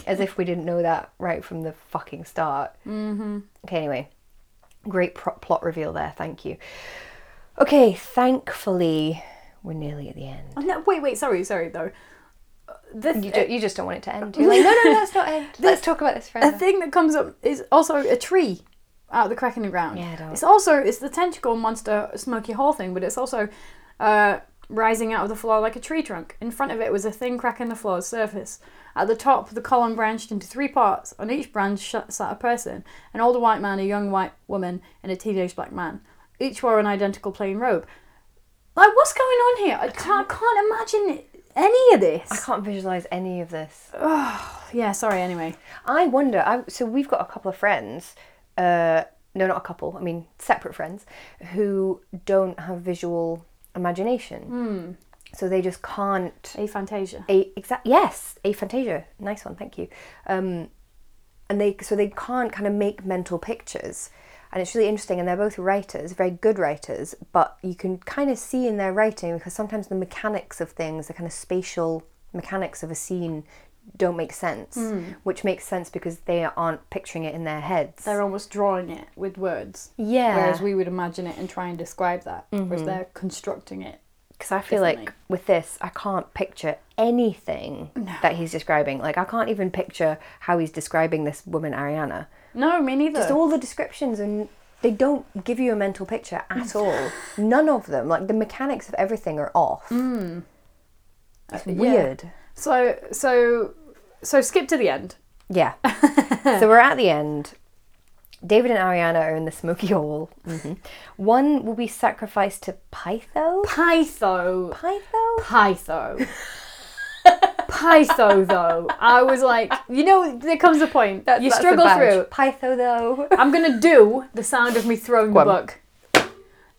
[SPEAKER 1] As if we didn't know that right from the fucking start. Mm-hmm. Okay, anyway. Great pro- plot reveal there. Thank you. Okay, thankfully, we're nearly at the end.
[SPEAKER 2] Oh, no, wait, wait. Sorry, sorry though. Uh, The
[SPEAKER 1] You, do, you just don't want it to end. You're like, no, no, let's not end. Let's talk about [LAUGHS] this
[SPEAKER 2] a
[SPEAKER 1] forever.
[SPEAKER 2] thing that comes up is also a tree out of the crack in the ground.
[SPEAKER 1] Yeah, I don't-
[SPEAKER 2] It's also it's the tentacle monster Smoky Hall thing, but it's also uh, rising out of the floor like a tree trunk. In front of it was a thin crack in the floor's surface. At the top, the column branched into three parts. On each branch sh- sat a person: an older white man, a young white woman, and a teenage black man. Each wore an identical plain robe. Like, what's going on here? I can't, can't imagine any
[SPEAKER 1] I [SIGHS]
[SPEAKER 2] of this.
[SPEAKER 1] can't visualize any of this.
[SPEAKER 2] Yeah, sorry. Anyway,
[SPEAKER 1] I wonder. I, so we've got a couple of friends. Uh, no, not a couple. I mean, separate friends who don't have visual imagination. So they just can't.
[SPEAKER 2] aphantasia.
[SPEAKER 1] A exact yes, aphantasia. Nice one, thank you. Um, and they so they can't kind of make mental pictures, and it's really interesting. And they're both writers, very good writers, but you can kind of see in their writing because sometimes the mechanics of things, the kind of spatial mechanics of a scene, don't make sense, which makes sense because they aren't picturing it in their heads.
[SPEAKER 2] They're almost drawing it with words.
[SPEAKER 1] yeah, Mm-hmm.
[SPEAKER 2] Whereas we would imagine it and try and describe that, whereas they're constructing it.
[SPEAKER 1] Because I feel like
[SPEAKER 2] Definitely.
[SPEAKER 1] with this, I can't picture anything that he's describing. Like, I can't even picture how he's describing this woman, Ariana.
[SPEAKER 2] No, me neither.
[SPEAKER 1] Just all the descriptions, and they don't give you a mental picture at all. None of them. Like, the mechanics of everything are off. It's weird.
[SPEAKER 2] so, so, so skip to the end.
[SPEAKER 1] Yeah. so we're at the end. David and Ariana are in the smoky hole. hmm One will be sacrificed to Pytho.
[SPEAKER 2] Pytho.
[SPEAKER 1] Pytho? [LAUGHS]
[SPEAKER 2] Pytho. Pytho, though. I was like, you know, there comes a point. you
[SPEAKER 1] That's a
[SPEAKER 2] struggle
[SPEAKER 1] badge.
[SPEAKER 2] through.
[SPEAKER 1] Pytho, [LAUGHS] though.
[SPEAKER 2] I'm going to do the sound of me throwing the
[SPEAKER 1] on.
[SPEAKER 2] book.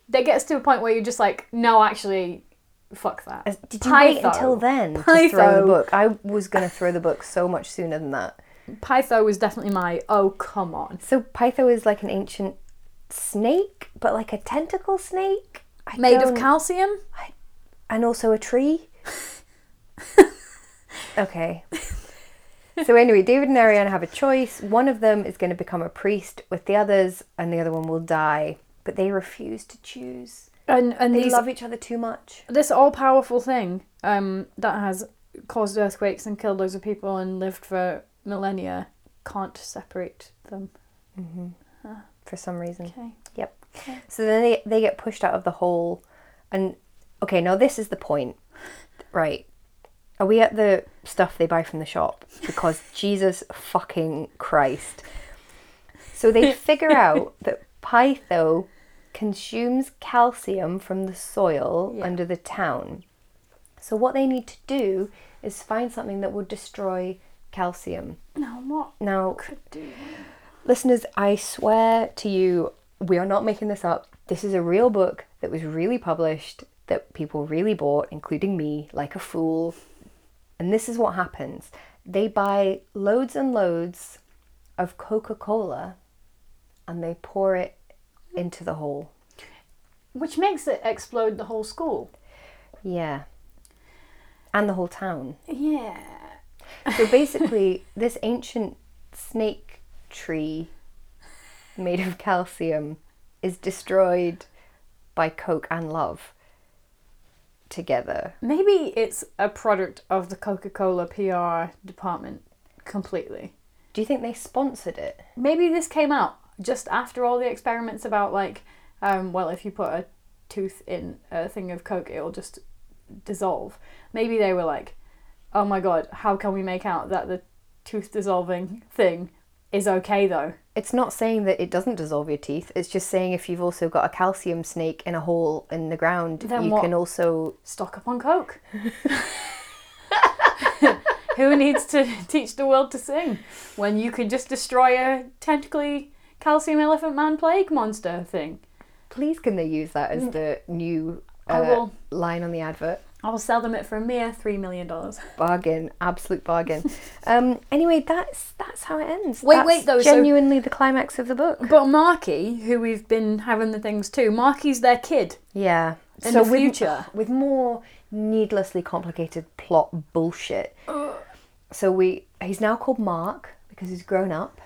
[SPEAKER 2] That gets to a point where you're just like, no, actually, fuck that.
[SPEAKER 1] As- Did you wait
[SPEAKER 2] Pytho.
[SPEAKER 1] until then to throw
[SPEAKER 2] Pytho.
[SPEAKER 1] the book? I was going to throw the book so much sooner than that.
[SPEAKER 2] Pytho was definitely my, oh, come on.
[SPEAKER 1] So Pytho is like an ancient snake, but like a tentacle snake. I
[SPEAKER 2] Made of
[SPEAKER 1] don't-
[SPEAKER 2] calcium?
[SPEAKER 1] and also a tree.
[SPEAKER 2] [LAUGHS]
[SPEAKER 1] okay. So anyway, David and Ariana have a choice. One of them is going to become a priest with the others, and the other one will die. But they refuse to choose.
[SPEAKER 2] And, and
[SPEAKER 1] They
[SPEAKER 2] these
[SPEAKER 1] love each other too much.
[SPEAKER 2] this all powerful thing um, that has caused earthquakes and killed loads of people and lived for millennia can't separate them.
[SPEAKER 1] for some reason.
[SPEAKER 2] Okay.
[SPEAKER 1] Yep. [LAUGHS] So then they, they get pushed out of the hole. And okay, now this is the point. Right. Are we at the stuff they buy from the shop? Because Jesus fucking Christ. So they figure out that Pytho consumes calcium from the soil under the town. So what they need to do is find something that will destroy calcium.
[SPEAKER 2] No, what
[SPEAKER 1] Now,
[SPEAKER 2] could do?
[SPEAKER 1] Listeners, I swear to you, we are not making this up. This is a real book that was really published, that people really bought, including me, like a fool. And this is what happens they buy loads and loads of Coca Cola and they pour it into the hole.
[SPEAKER 2] Which makes it explode the whole school.
[SPEAKER 1] Yeah. And the whole town.
[SPEAKER 2] Yeah.
[SPEAKER 1] So basically, this ancient snake tree made of calcium is destroyed by Coke and love together.
[SPEAKER 2] Maybe it's a product of the Coca Cola PR department completely.
[SPEAKER 1] Do you think they sponsored it?
[SPEAKER 2] Maybe this came out just after all the experiments about, like, um, well, if you put a tooth in a thing of Coke, it'll just dissolve. Maybe they were like, oh my god, how can we make out that the tooth dissolving thing is okay though?
[SPEAKER 1] It's not saying that it doesn't dissolve your teeth. It's just saying if you've also got a calcium snake in a hole in the ground,
[SPEAKER 2] Then
[SPEAKER 1] you
[SPEAKER 2] what-
[SPEAKER 1] can also
[SPEAKER 2] stock up on coke. [LAUGHS] Who needs to [LAUGHS] teach the world to sing when you can just destroy a tentacly calcium elephant man plague monster thing?
[SPEAKER 1] please can they use that as the new uh,
[SPEAKER 2] Mm. I will.
[SPEAKER 1] line on the advert?
[SPEAKER 2] I will sell them it for a mere three million dollars.
[SPEAKER 1] bargain, absolute [LAUGHS] bargain. um, anyway, that's that's how it ends.
[SPEAKER 2] Wait,
[SPEAKER 1] That's
[SPEAKER 2] wait, though, so-
[SPEAKER 1] genuinely the climax of the book.
[SPEAKER 2] But Marky, who we've been having the things to, Marky's their kid.
[SPEAKER 1] Yeah.
[SPEAKER 2] In
[SPEAKER 1] so
[SPEAKER 2] the
[SPEAKER 1] with-
[SPEAKER 2] future.
[SPEAKER 1] with, more needlessly complicated plot bullshit. So we he's now called Mark because he's grown up.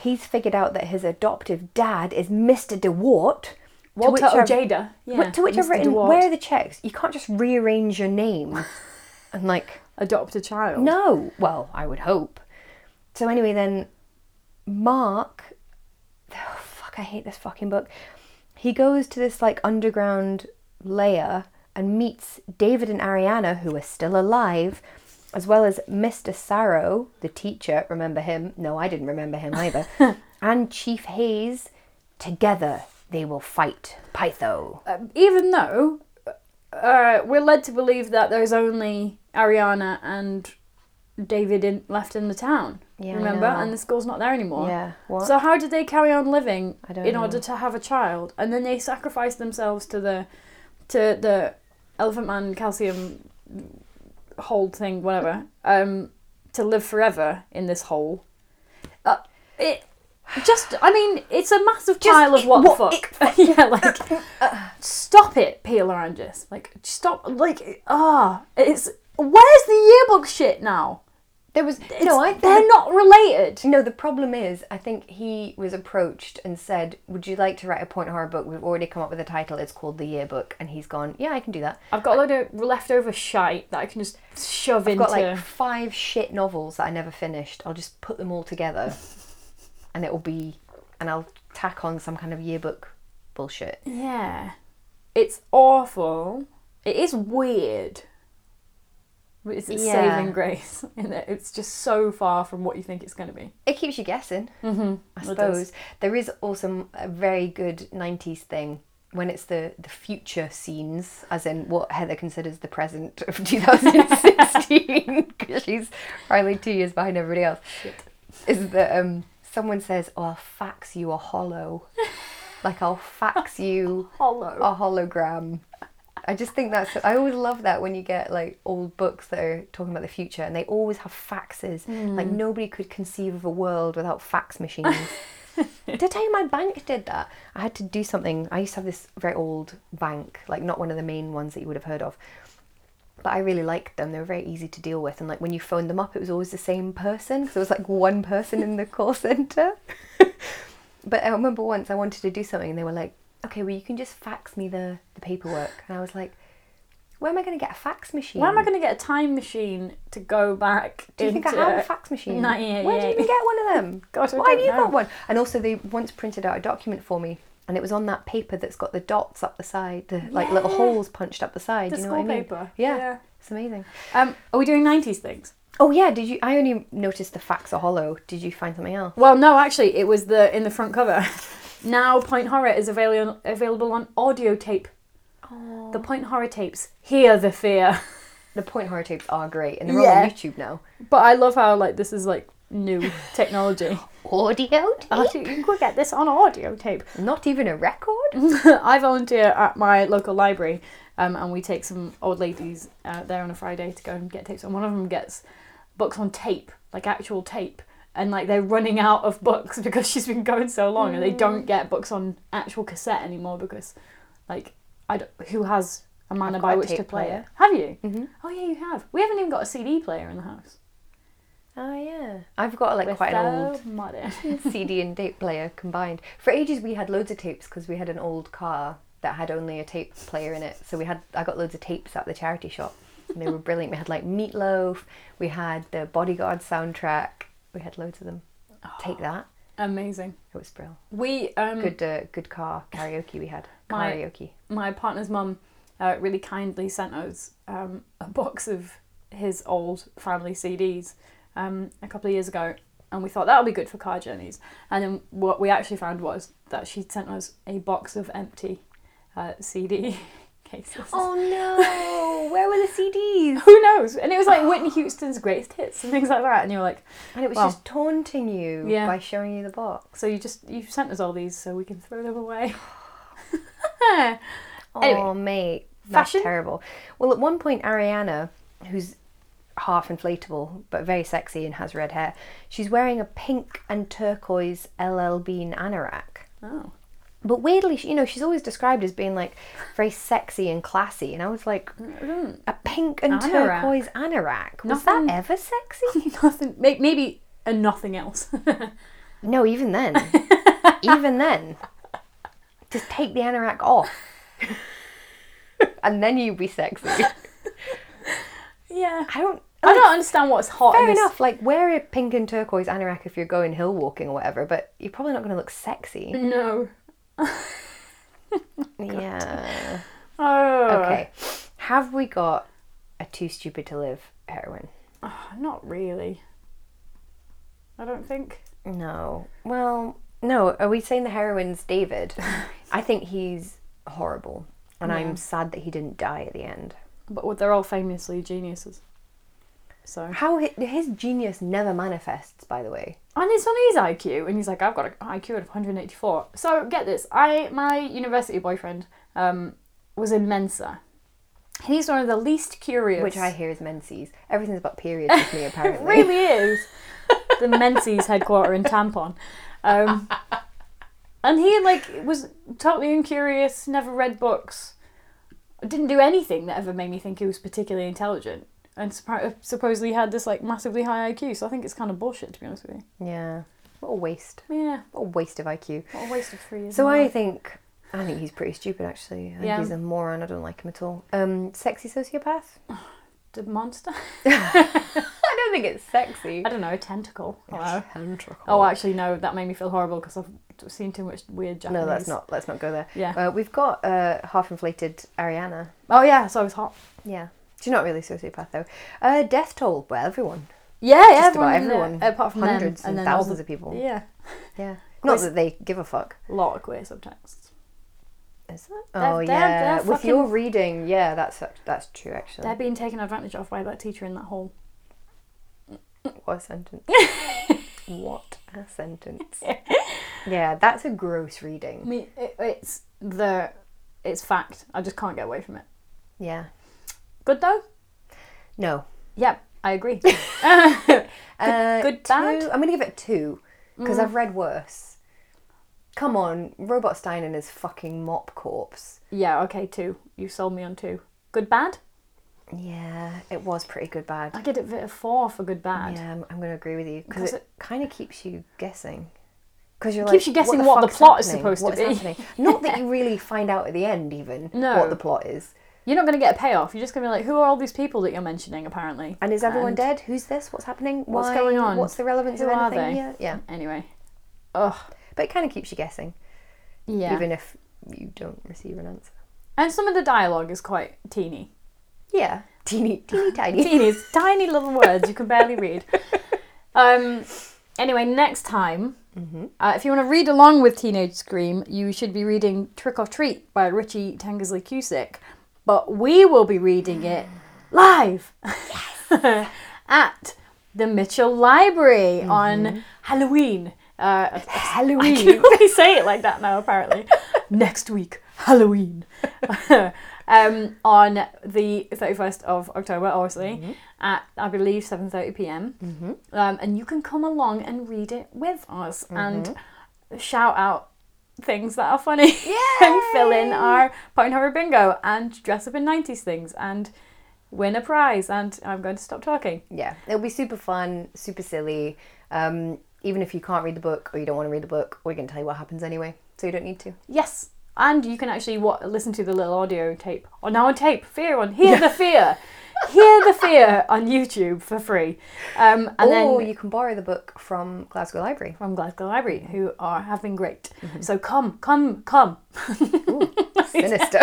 [SPEAKER 1] He's figured out that his adoptive dad is Mr. DeWart. to
[SPEAKER 2] Walter
[SPEAKER 1] which I've-
[SPEAKER 2] Ojeda. Yeah,
[SPEAKER 1] What- to which I've
[SPEAKER 2] Mr.
[SPEAKER 1] written,
[SPEAKER 2] DeWalt.
[SPEAKER 1] where are the checks? You can't just rearrange your [LAUGHS] name. and like,
[SPEAKER 2] Adopt a child.
[SPEAKER 1] No. Well, I would hope. So anyway, then Mark, oh, fuck, I hate this fucking book. He goes to this like underground layer and meets David and Ariana, who are still alive, as well as Mr. Sarrow, the teacher. Remember him? No, I didn't remember him [LAUGHS] either. and Chief Hayes. Together, they will fight Pytho.
[SPEAKER 2] Um, even though uh, we're led to believe that there's only Ariana and David in, left in the town.
[SPEAKER 1] Yeah, I
[SPEAKER 2] remember,
[SPEAKER 1] know.
[SPEAKER 2] and the school's not there anymore.
[SPEAKER 1] Oh, Yeah, what?
[SPEAKER 2] So how did they carry on living
[SPEAKER 1] I don't
[SPEAKER 2] in
[SPEAKER 1] know.
[SPEAKER 2] order to have a child? And then they sacrificed themselves to the to the elephant man calcium hold thing, whatever, um, to live forever in this hole. Uh, it just, I mean, it's a massive
[SPEAKER 1] Just
[SPEAKER 2] pile of
[SPEAKER 1] it- uh,
[SPEAKER 2] what,
[SPEAKER 1] what
[SPEAKER 2] [LAUGHS] the fuck. yeah, like,
[SPEAKER 1] [LAUGHS]
[SPEAKER 2] stop it, Peter Larangis. Like, stop, like, ah, it's, where's the yearbook shit now?
[SPEAKER 1] There was
[SPEAKER 2] It's-
[SPEAKER 1] no. I
[SPEAKER 2] they're not related.
[SPEAKER 1] No, the problem is, I think he was approached and said, "Would you like to write a point horror book? We've already come up with a title. It's called The Yearbook." And he's gone, "Yeah, I can do that."
[SPEAKER 2] I've got a load of leftover shite that I can just shove
[SPEAKER 1] I've
[SPEAKER 2] into.
[SPEAKER 1] got like five shit novels that I never finished. I'll just put them all together, and it will be, and I'll tack on some kind of yearbook bullshit.
[SPEAKER 2] Yeah. It's awful. It is weird. But it's its
[SPEAKER 1] Yeah.
[SPEAKER 2] saving grace [LAUGHS] in that it's just so far from what you think it's going to be.
[SPEAKER 1] It keeps you guessing,
[SPEAKER 2] Mm-hmm.
[SPEAKER 1] I
[SPEAKER 2] It
[SPEAKER 1] suppose. There is also a very good '90s thing. When it's the, the future scenes, as in what Heather considers the present of [LAUGHS] 2016, because she's only two years behind everybody else. is that um, someone says, "Oh, I'll fax you a hollow," like I'll fax you
[SPEAKER 2] Hollow.
[SPEAKER 1] a hologram. I just think that's. I always love that when you get like old books that are talking about the future, and they always have faxes. Like nobody could conceive of a world without fax machines. Did I tell you my bank did that? I had to do something. I used to have this very old bank, like not one of the main ones that you would have heard of. But I really liked them. They were very easy to deal with. And like when you phoned them up, it was always the same person because there was like one person in the call centre. [LAUGHS] but I remember once I wanted to do something and they were like, okay, well, you can just fax me the, the paperwork. And I was like, where am I going to get a fax machine?
[SPEAKER 2] Why am I going to get a time machine to go back
[SPEAKER 1] do you think I
[SPEAKER 2] into...
[SPEAKER 1] have a fax machine?
[SPEAKER 2] Not yet,
[SPEAKER 1] Where do you
[SPEAKER 2] yet.
[SPEAKER 1] even get one of them?
[SPEAKER 2] [LAUGHS] God, I
[SPEAKER 1] Why have
[SPEAKER 2] don't
[SPEAKER 1] you
[SPEAKER 2] know.
[SPEAKER 1] got one? And also, they once printed out a document for me, and it was on that paper that's got the dots up the side, the, like little holes punched up the side.
[SPEAKER 2] The
[SPEAKER 1] you know
[SPEAKER 2] school
[SPEAKER 1] what I mean?
[SPEAKER 2] paper.
[SPEAKER 1] Yeah,
[SPEAKER 2] Yeah.
[SPEAKER 1] it's amazing.
[SPEAKER 2] Um, are we doing 90s things?
[SPEAKER 1] Oh yeah, did you? I only noticed the facts are hollow. Did you find something else?
[SPEAKER 2] Well, no, actually, it was the in the front cover. [LAUGHS] now, Point Horror is available available on audio tape. The Point Horror tapes. Hear the fear. [LAUGHS]
[SPEAKER 1] The point horror tapes are great, and they're all
[SPEAKER 2] Yeah.
[SPEAKER 1] on YouTube now.
[SPEAKER 2] But I love how like this is like [LAUGHS] new technology.
[SPEAKER 1] Audio,
[SPEAKER 2] Audio- you could get this on audio tape.
[SPEAKER 1] not even a
[SPEAKER 2] Mm-hmm.
[SPEAKER 1] record.
[SPEAKER 2] I volunteer at my local library, um, and we take some old ladies out there on a Friday to go and get tapes. And one of them gets books on tape, like actual tape, and like they're running out of books [LAUGHS] because she's been going so long,
[SPEAKER 1] Mm.
[SPEAKER 2] and they don't get books on actual cassette anymore because, like, I don't, who has a manner
[SPEAKER 1] got
[SPEAKER 2] by
[SPEAKER 1] a
[SPEAKER 2] which to
[SPEAKER 1] tape
[SPEAKER 2] play
[SPEAKER 1] player.
[SPEAKER 2] it? Have you? Mm-hmm. Oh yeah, you have. We haven't even got a CD player in the house.
[SPEAKER 1] Oh yeah, I've got like
[SPEAKER 2] We're
[SPEAKER 1] quite
[SPEAKER 2] so
[SPEAKER 1] an old
[SPEAKER 2] modern.
[SPEAKER 1] CD and tape player combined. For ages, we had loads of tapes because we had an old car that had only a tape player in it. So we had I got loads of tapes at the charity shop, and they
[SPEAKER 2] [LAUGHS]
[SPEAKER 1] were brilliant. We had like Meatloaf, we had the Bodyguard soundtrack, we had loads of them. Take
[SPEAKER 2] Oh.
[SPEAKER 1] that,
[SPEAKER 2] [LAUGHS] Amazing.
[SPEAKER 1] it was brilliant.
[SPEAKER 2] We um,
[SPEAKER 1] Good, uh, good car karaoke we had.
[SPEAKER 2] My-
[SPEAKER 1] Karaoke.
[SPEAKER 2] my partner's mum uh, really kindly sent us um, a box of his old family CDs um, a couple of years ago, and we thought that'll be good for car journeys. And then what we actually found was that she sent us a box of empty uh, CD [LAUGHS] cases.
[SPEAKER 1] Oh
[SPEAKER 2] [LAUGHS]
[SPEAKER 1] no! Where were the CDs?
[SPEAKER 2] Who knows? And it was like Whitney Houston's greatest hits and things like that. And you were like,
[SPEAKER 1] And it was
[SPEAKER 2] Well.
[SPEAKER 1] just taunting you
[SPEAKER 2] Yeah.
[SPEAKER 1] by showing you the box.
[SPEAKER 2] so you just you sent us all these so we can throw them away. [LAUGHS] Anyway.
[SPEAKER 1] Oh, mate, that's
[SPEAKER 2] Fashion?
[SPEAKER 1] terrible. Well, at one point, Ariana, who's half inflatable but very sexy and has red hair, she's wearing a pink and turquoise LL Bean anorak.
[SPEAKER 2] Oh, [LAUGHS]
[SPEAKER 1] But weirdly, she- you know, she's always described as being like very sexy and classy, and I was like, a pink and
[SPEAKER 2] Mm-hmm. Anorak.
[SPEAKER 1] turquoise anorak. Was
[SPEAKER 2] Nothing-
[SPEAKER 1] that ever sexy?
[SPEAKER 2] nothing. may- Maybe and nothing else. [LAUGHS]
[SPEAKER 1] no, even then, even then, just take the anorak off, and then you'd be sexy.
[SPEAKER 2] yeah.
[SPEAKER 1] I don't.
[SPEAKER 2] I don't understand what's hot.
[SPEAKER 1] Fair
[SPEAKER 2] in this-
[SPEAKER 1] enough. Like wear a pink and turquoise anorak if you're going hill walking or whatever, but you're probably not going to look sexy.
[SPEAKER 2] No.
[SPEAKER 1] yeah.
[SPEAKER 2] Oh.
[SPEAKER 1] Okay. Have we got a too stupid to live heroine?
[SPEAKER 2] Not really. I don't think.
[SPEAKER 1] No. Well, no. Are we saying the heroine's David? I think he's horrible, and I'm sad that he didn't die at the end.
[SPEAKER 2] But what- they're all famously geniuses. So.
[SPEAKER 1] How hi- his genius never manifests, by the way.
[SPEAKER 2] And it's on his IQ, and he's like, I've got an IQ of 184. So get this. I my university boyfriend um, was in Mensa. He's one of the least curious.
[SPEAKER 1] Which I hear is menses. Everything's about periods with [LAUGHS] me, apparently.
[SPEAKER 2] really is. the Menzies headquarter in Tampon. Um, and he like was totally incurious, never read books, didn't do anything that ever made me think he was particularly intelligent, and suppo- supposedly had this like massively high IQ. So I think it's kind of bullshit to be honest with
[SPEAKER 1] Yeah. What a waste.
[SPEAKER 2] you. Yeah,
[SPEAKER 1] What a waste of IQ.
[SPEAKER 2] what a waste of three years.
[SPEAKER 1] So
[SPEAKER 2] of my
[SPEAKER 1] I
[SPEAKER 2] life.
[SPEAKER 1] think I think he's pretty stupid actually. I think
[SPEAKER 2] Yeah.
[SPEAKER 1] he's a moron. I don't like him at all. Um, sexy sociopath?
[SPEAKER 2] the monster.
[SPEAKER 1] [LAUGHS] I don't think it's sexy.
[SPEAKER 2] [LAUGHS] I don't know, a tentacle. Hello. Oh,
[SPEAKER 1] Oh,
[SPEAKER 2] actually no, that made me feel horrible because I've seen too much weird Japanese.
[SPEAKER 1] no, let's not. Let's not go there.
[SPEAKER 2] Yeah.
[SPEAKER 1] Uh, we've got uh, half-inflated Ariana.
[SPEAKER 2] Oh yeah, so I was hot.
[SPEAKER 1] Yeah. She's not really a sociopath though. Uh, death toll. Well, everyone.
[SPEAKER 2] Yeah, yeah,
[SPEAKER 1] Just about everyone.
[SPEAKER 2] apart from them,
[SPEAKER 1] hundreds and,
[SPEAKER 2] then all
[SPEAKER 1] thousands
[SPEAKER 2] the-
[SPEAKER 1] of people. Yeah.
[SPEAKER 2] Yeah.
[SPEAKER 1] Not
[SPEAKER 2] Chris-
[SPEAKER 1] that they give a fuck.
[SPEAKER 2] A lot of queer subtext.
[SPEAKER 1] Is that?
[SPEAKER 2] They're-
[SPEAKER 1] Oh
[SPEAKER 2] they're-
[SPEAKER 1] yeah.
[SPEAKER 2] they're
[SPEAKER 1] With
[SPEAKER 2] fucking-
[SPEAKER 1] your reading, yeah, that's that's true actually.
[SPEAKER 2] They're being taken advantage of by that teacher in that hall.
[SPEAKER 1] What a
[SPEAKER 2] [LAUGHS]
[SPEAKER 1] sentence. what a sentence. yeah, that's a gross
[SPEAKER 2] I
[SPEAKER 1] reading.
[SPEAKER 2] mean, it, it's the it's fact. I just can't get away from it.
[SPEAKER 1] Yeah.
[SPEAKER 2] Good though.
[SPEAKER 1] No.
[SPEAKER 2] Yeah, I agree. [LAUGHS]
[SPEAKER 1] Uh,
[SPEAKER 2] good,
[SPEAKER 1] two-
[SPEAKER 2] bad? Mm.
[SPEAKER 1] I'm going to give it two because I've read worse. Come on, Robot Stein and his fucking mop corpse.
[SPEAKER 2] yeah, okay, two. You sold me on two. Good bad.
[SPEAKER 1] Yeah, it was pretty good bad.
[SPEAKER 2] I get it a four for good bad.
[SPEAKER 1] Yeah, I'm, I'm going to agree with you because
[SPEAKER 2] 'Cause
[SPEAKER 1] it,
[SPEAKER 2] it-
[SPEAKER 1] kind of keeps you guessing. Because you're like,
[SPEAKER 2] Keeps you guessing
[SPEAKER 1] what the,
[SPEAKER 2] what the
[SPEAKER 1] fuck's
[SPEAKER 2] plot is
[SPEAKER 1] happening?
[SPEAKER 2] supposed to
[SPEAKER 1] What's
[SPEAKER 2] be.
[SPEAKER 1] happening? Not
[SPEAKER 2] [LAUGHS]
[SPEAKER 1] that you really find out at the end, even
[SPEAKER 2] No.
[SPEAKER 1] what the plot is.
[SPEAKER 2] You're not gonna get a payoff. You're just gonna be like, who are all these people that you're mentioning? Apparently.
[SPEAKER 1] And is everyone
[SPEAKER 2] And-
[SPEAKER 1] dead? Who's this? What's happening?
[SPEAKER 2] What's
[SPEAKER 1] Why?
[SPEAKER 2] going on?
[SPEAKER 1] What's the relevance
[SPEAKER 2] Who
[SPEAKER 1] of
[SPEAKER 2] are
[SPEAKER 1] anything
[SPEAKER 2] they?
[SPEAKER 1] here? Yeah.
[SPEAKER 2] Anyway. Ugh.
[SPEAKER 1] But it kind of keeps you guessing.
[SPEAKER 2] Yeah.
[SPEAKER 1] even if you don't receive an answer.
[SPEAKER 2] and some of the dialogue is quite teeny.
[SPEAKER 1] Yeah, [LAUGHS] teeny, teeny tiny.
[SPEAKER 2] [LAUGHS] Teeny, it's tiny little words you can barely read. Um, anyway, next time,
[SPEAKER 1] Mm-hmm.
[SPEAKER 2] uh, if you want to read along with Teenage Scream, you should be reading Trick or Treat by Richie Tankersley Cusick. But we will be
[SPEAKER 1] [GASPS]
[SPEAKER 2] reading it live [LAUGHS] at the Mitchell Library on Halloween. Uh, I
[SPEAKER 1] Mm-hmm. Halloween.
[SPEAKER 2] can [LAUGHS] only say it like that now, apparently. Next week, Halloween. [LAUGHS] um, on the 31st of October, obviously, at I believe 7.30 p.m. Um, and you can come along and read it with us and shout out things that are funny [LAUGHS] and fill in our Point Horror Bingo and dress up in 90s things and win a prize. And I'm going to stop talking.
[SPEAKER 1] Yeah, it'll be super fun, super silly. Um, even if you can't read the book or you don't want to read the book, we're going to tell you what happens anyway, so you don't need to.
[SPEAKER 2] Yes. And you can actually wa listen to the little audio tape on our tape, Fear on Hear the Fear. Hear the Fear on YouTube for free. Um,
[SPEAKER 1] or
[SPEAKER 2] and then
[SPEAKER 1] you can borrow the book from Glasgow Library.
[SPEAKER 2] from Glasgow Library, who are have been great. So come, come, come,
[SPEAKER 1] Sinister.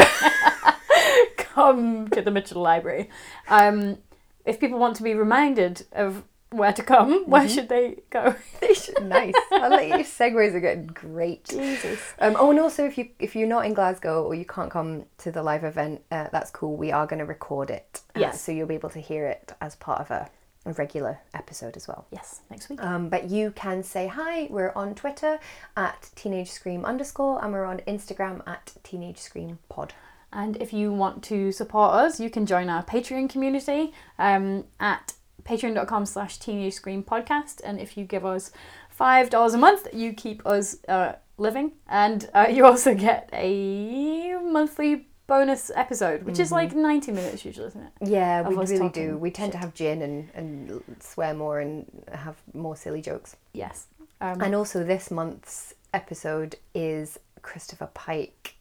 [SPEAKER 2] come to the Mitchell Library. Um, if people want to be reminded of where to come, where should they go? [LAUGHS]
[SPEAKER 1] They should- [LAUGHS] nice. I like your segues are getting great.
[SPEAKER 2] Jesus.
[SPEAKER 1] Um, oh, and also if you if you're not in Glasgow or you can't come to the live event, uh, that's cool. We are going to record it. uh,
[SPEAKER 2] Yes.
[SPEAKER 1] so you'll be able to hear it as part of a, a regular episode as well.
[SPEAKER 2] Yes, next week.
[SPEAKER 1] Um, but you can say hi. We're on Twitter at teenage scream underscore, and we're on Instagram at teenage scream pod.
[SPEAKER 2] And if you want to support us, you can join our Patreon community um, at patreon.com slash teenage screen podcast. And if you give us $5 a month, you keep us uh, living. And uh, you also get a monthly bonus episode, which is like 90 minutes usually, isn't it?
[SPEAKER 1] Yeah,
[SPEAKER 2] Of
[SPEAKER 1] we
[SPEAKER 2] us
[SPEAKER 1] really
[SPEAKER 2] talking
[SPEAKER 1] do. We tend to have gin and, and swear more and have more silly jokes.
[SPEAKER 2] Yes. Um,
[SPEAKER 1] And also, this month's episode is Christopher Pike.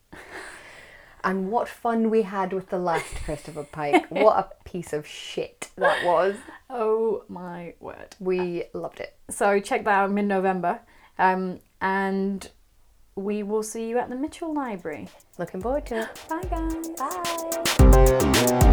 [SPEAKER 1] And what fun we had with the last Christopher Pike. What a piece of shit that was.
[SPEAKER 2] oh my word.
[SPEAKER 1] We loved it.
[SPEAKER 2] So check that out mid November. Um, and we will see you at the Mitchell Library.
[SPEAKER 1] Looking forward to it.
[SPEAKER 2] Bye, guys.
[SPEAKER 1] Bye.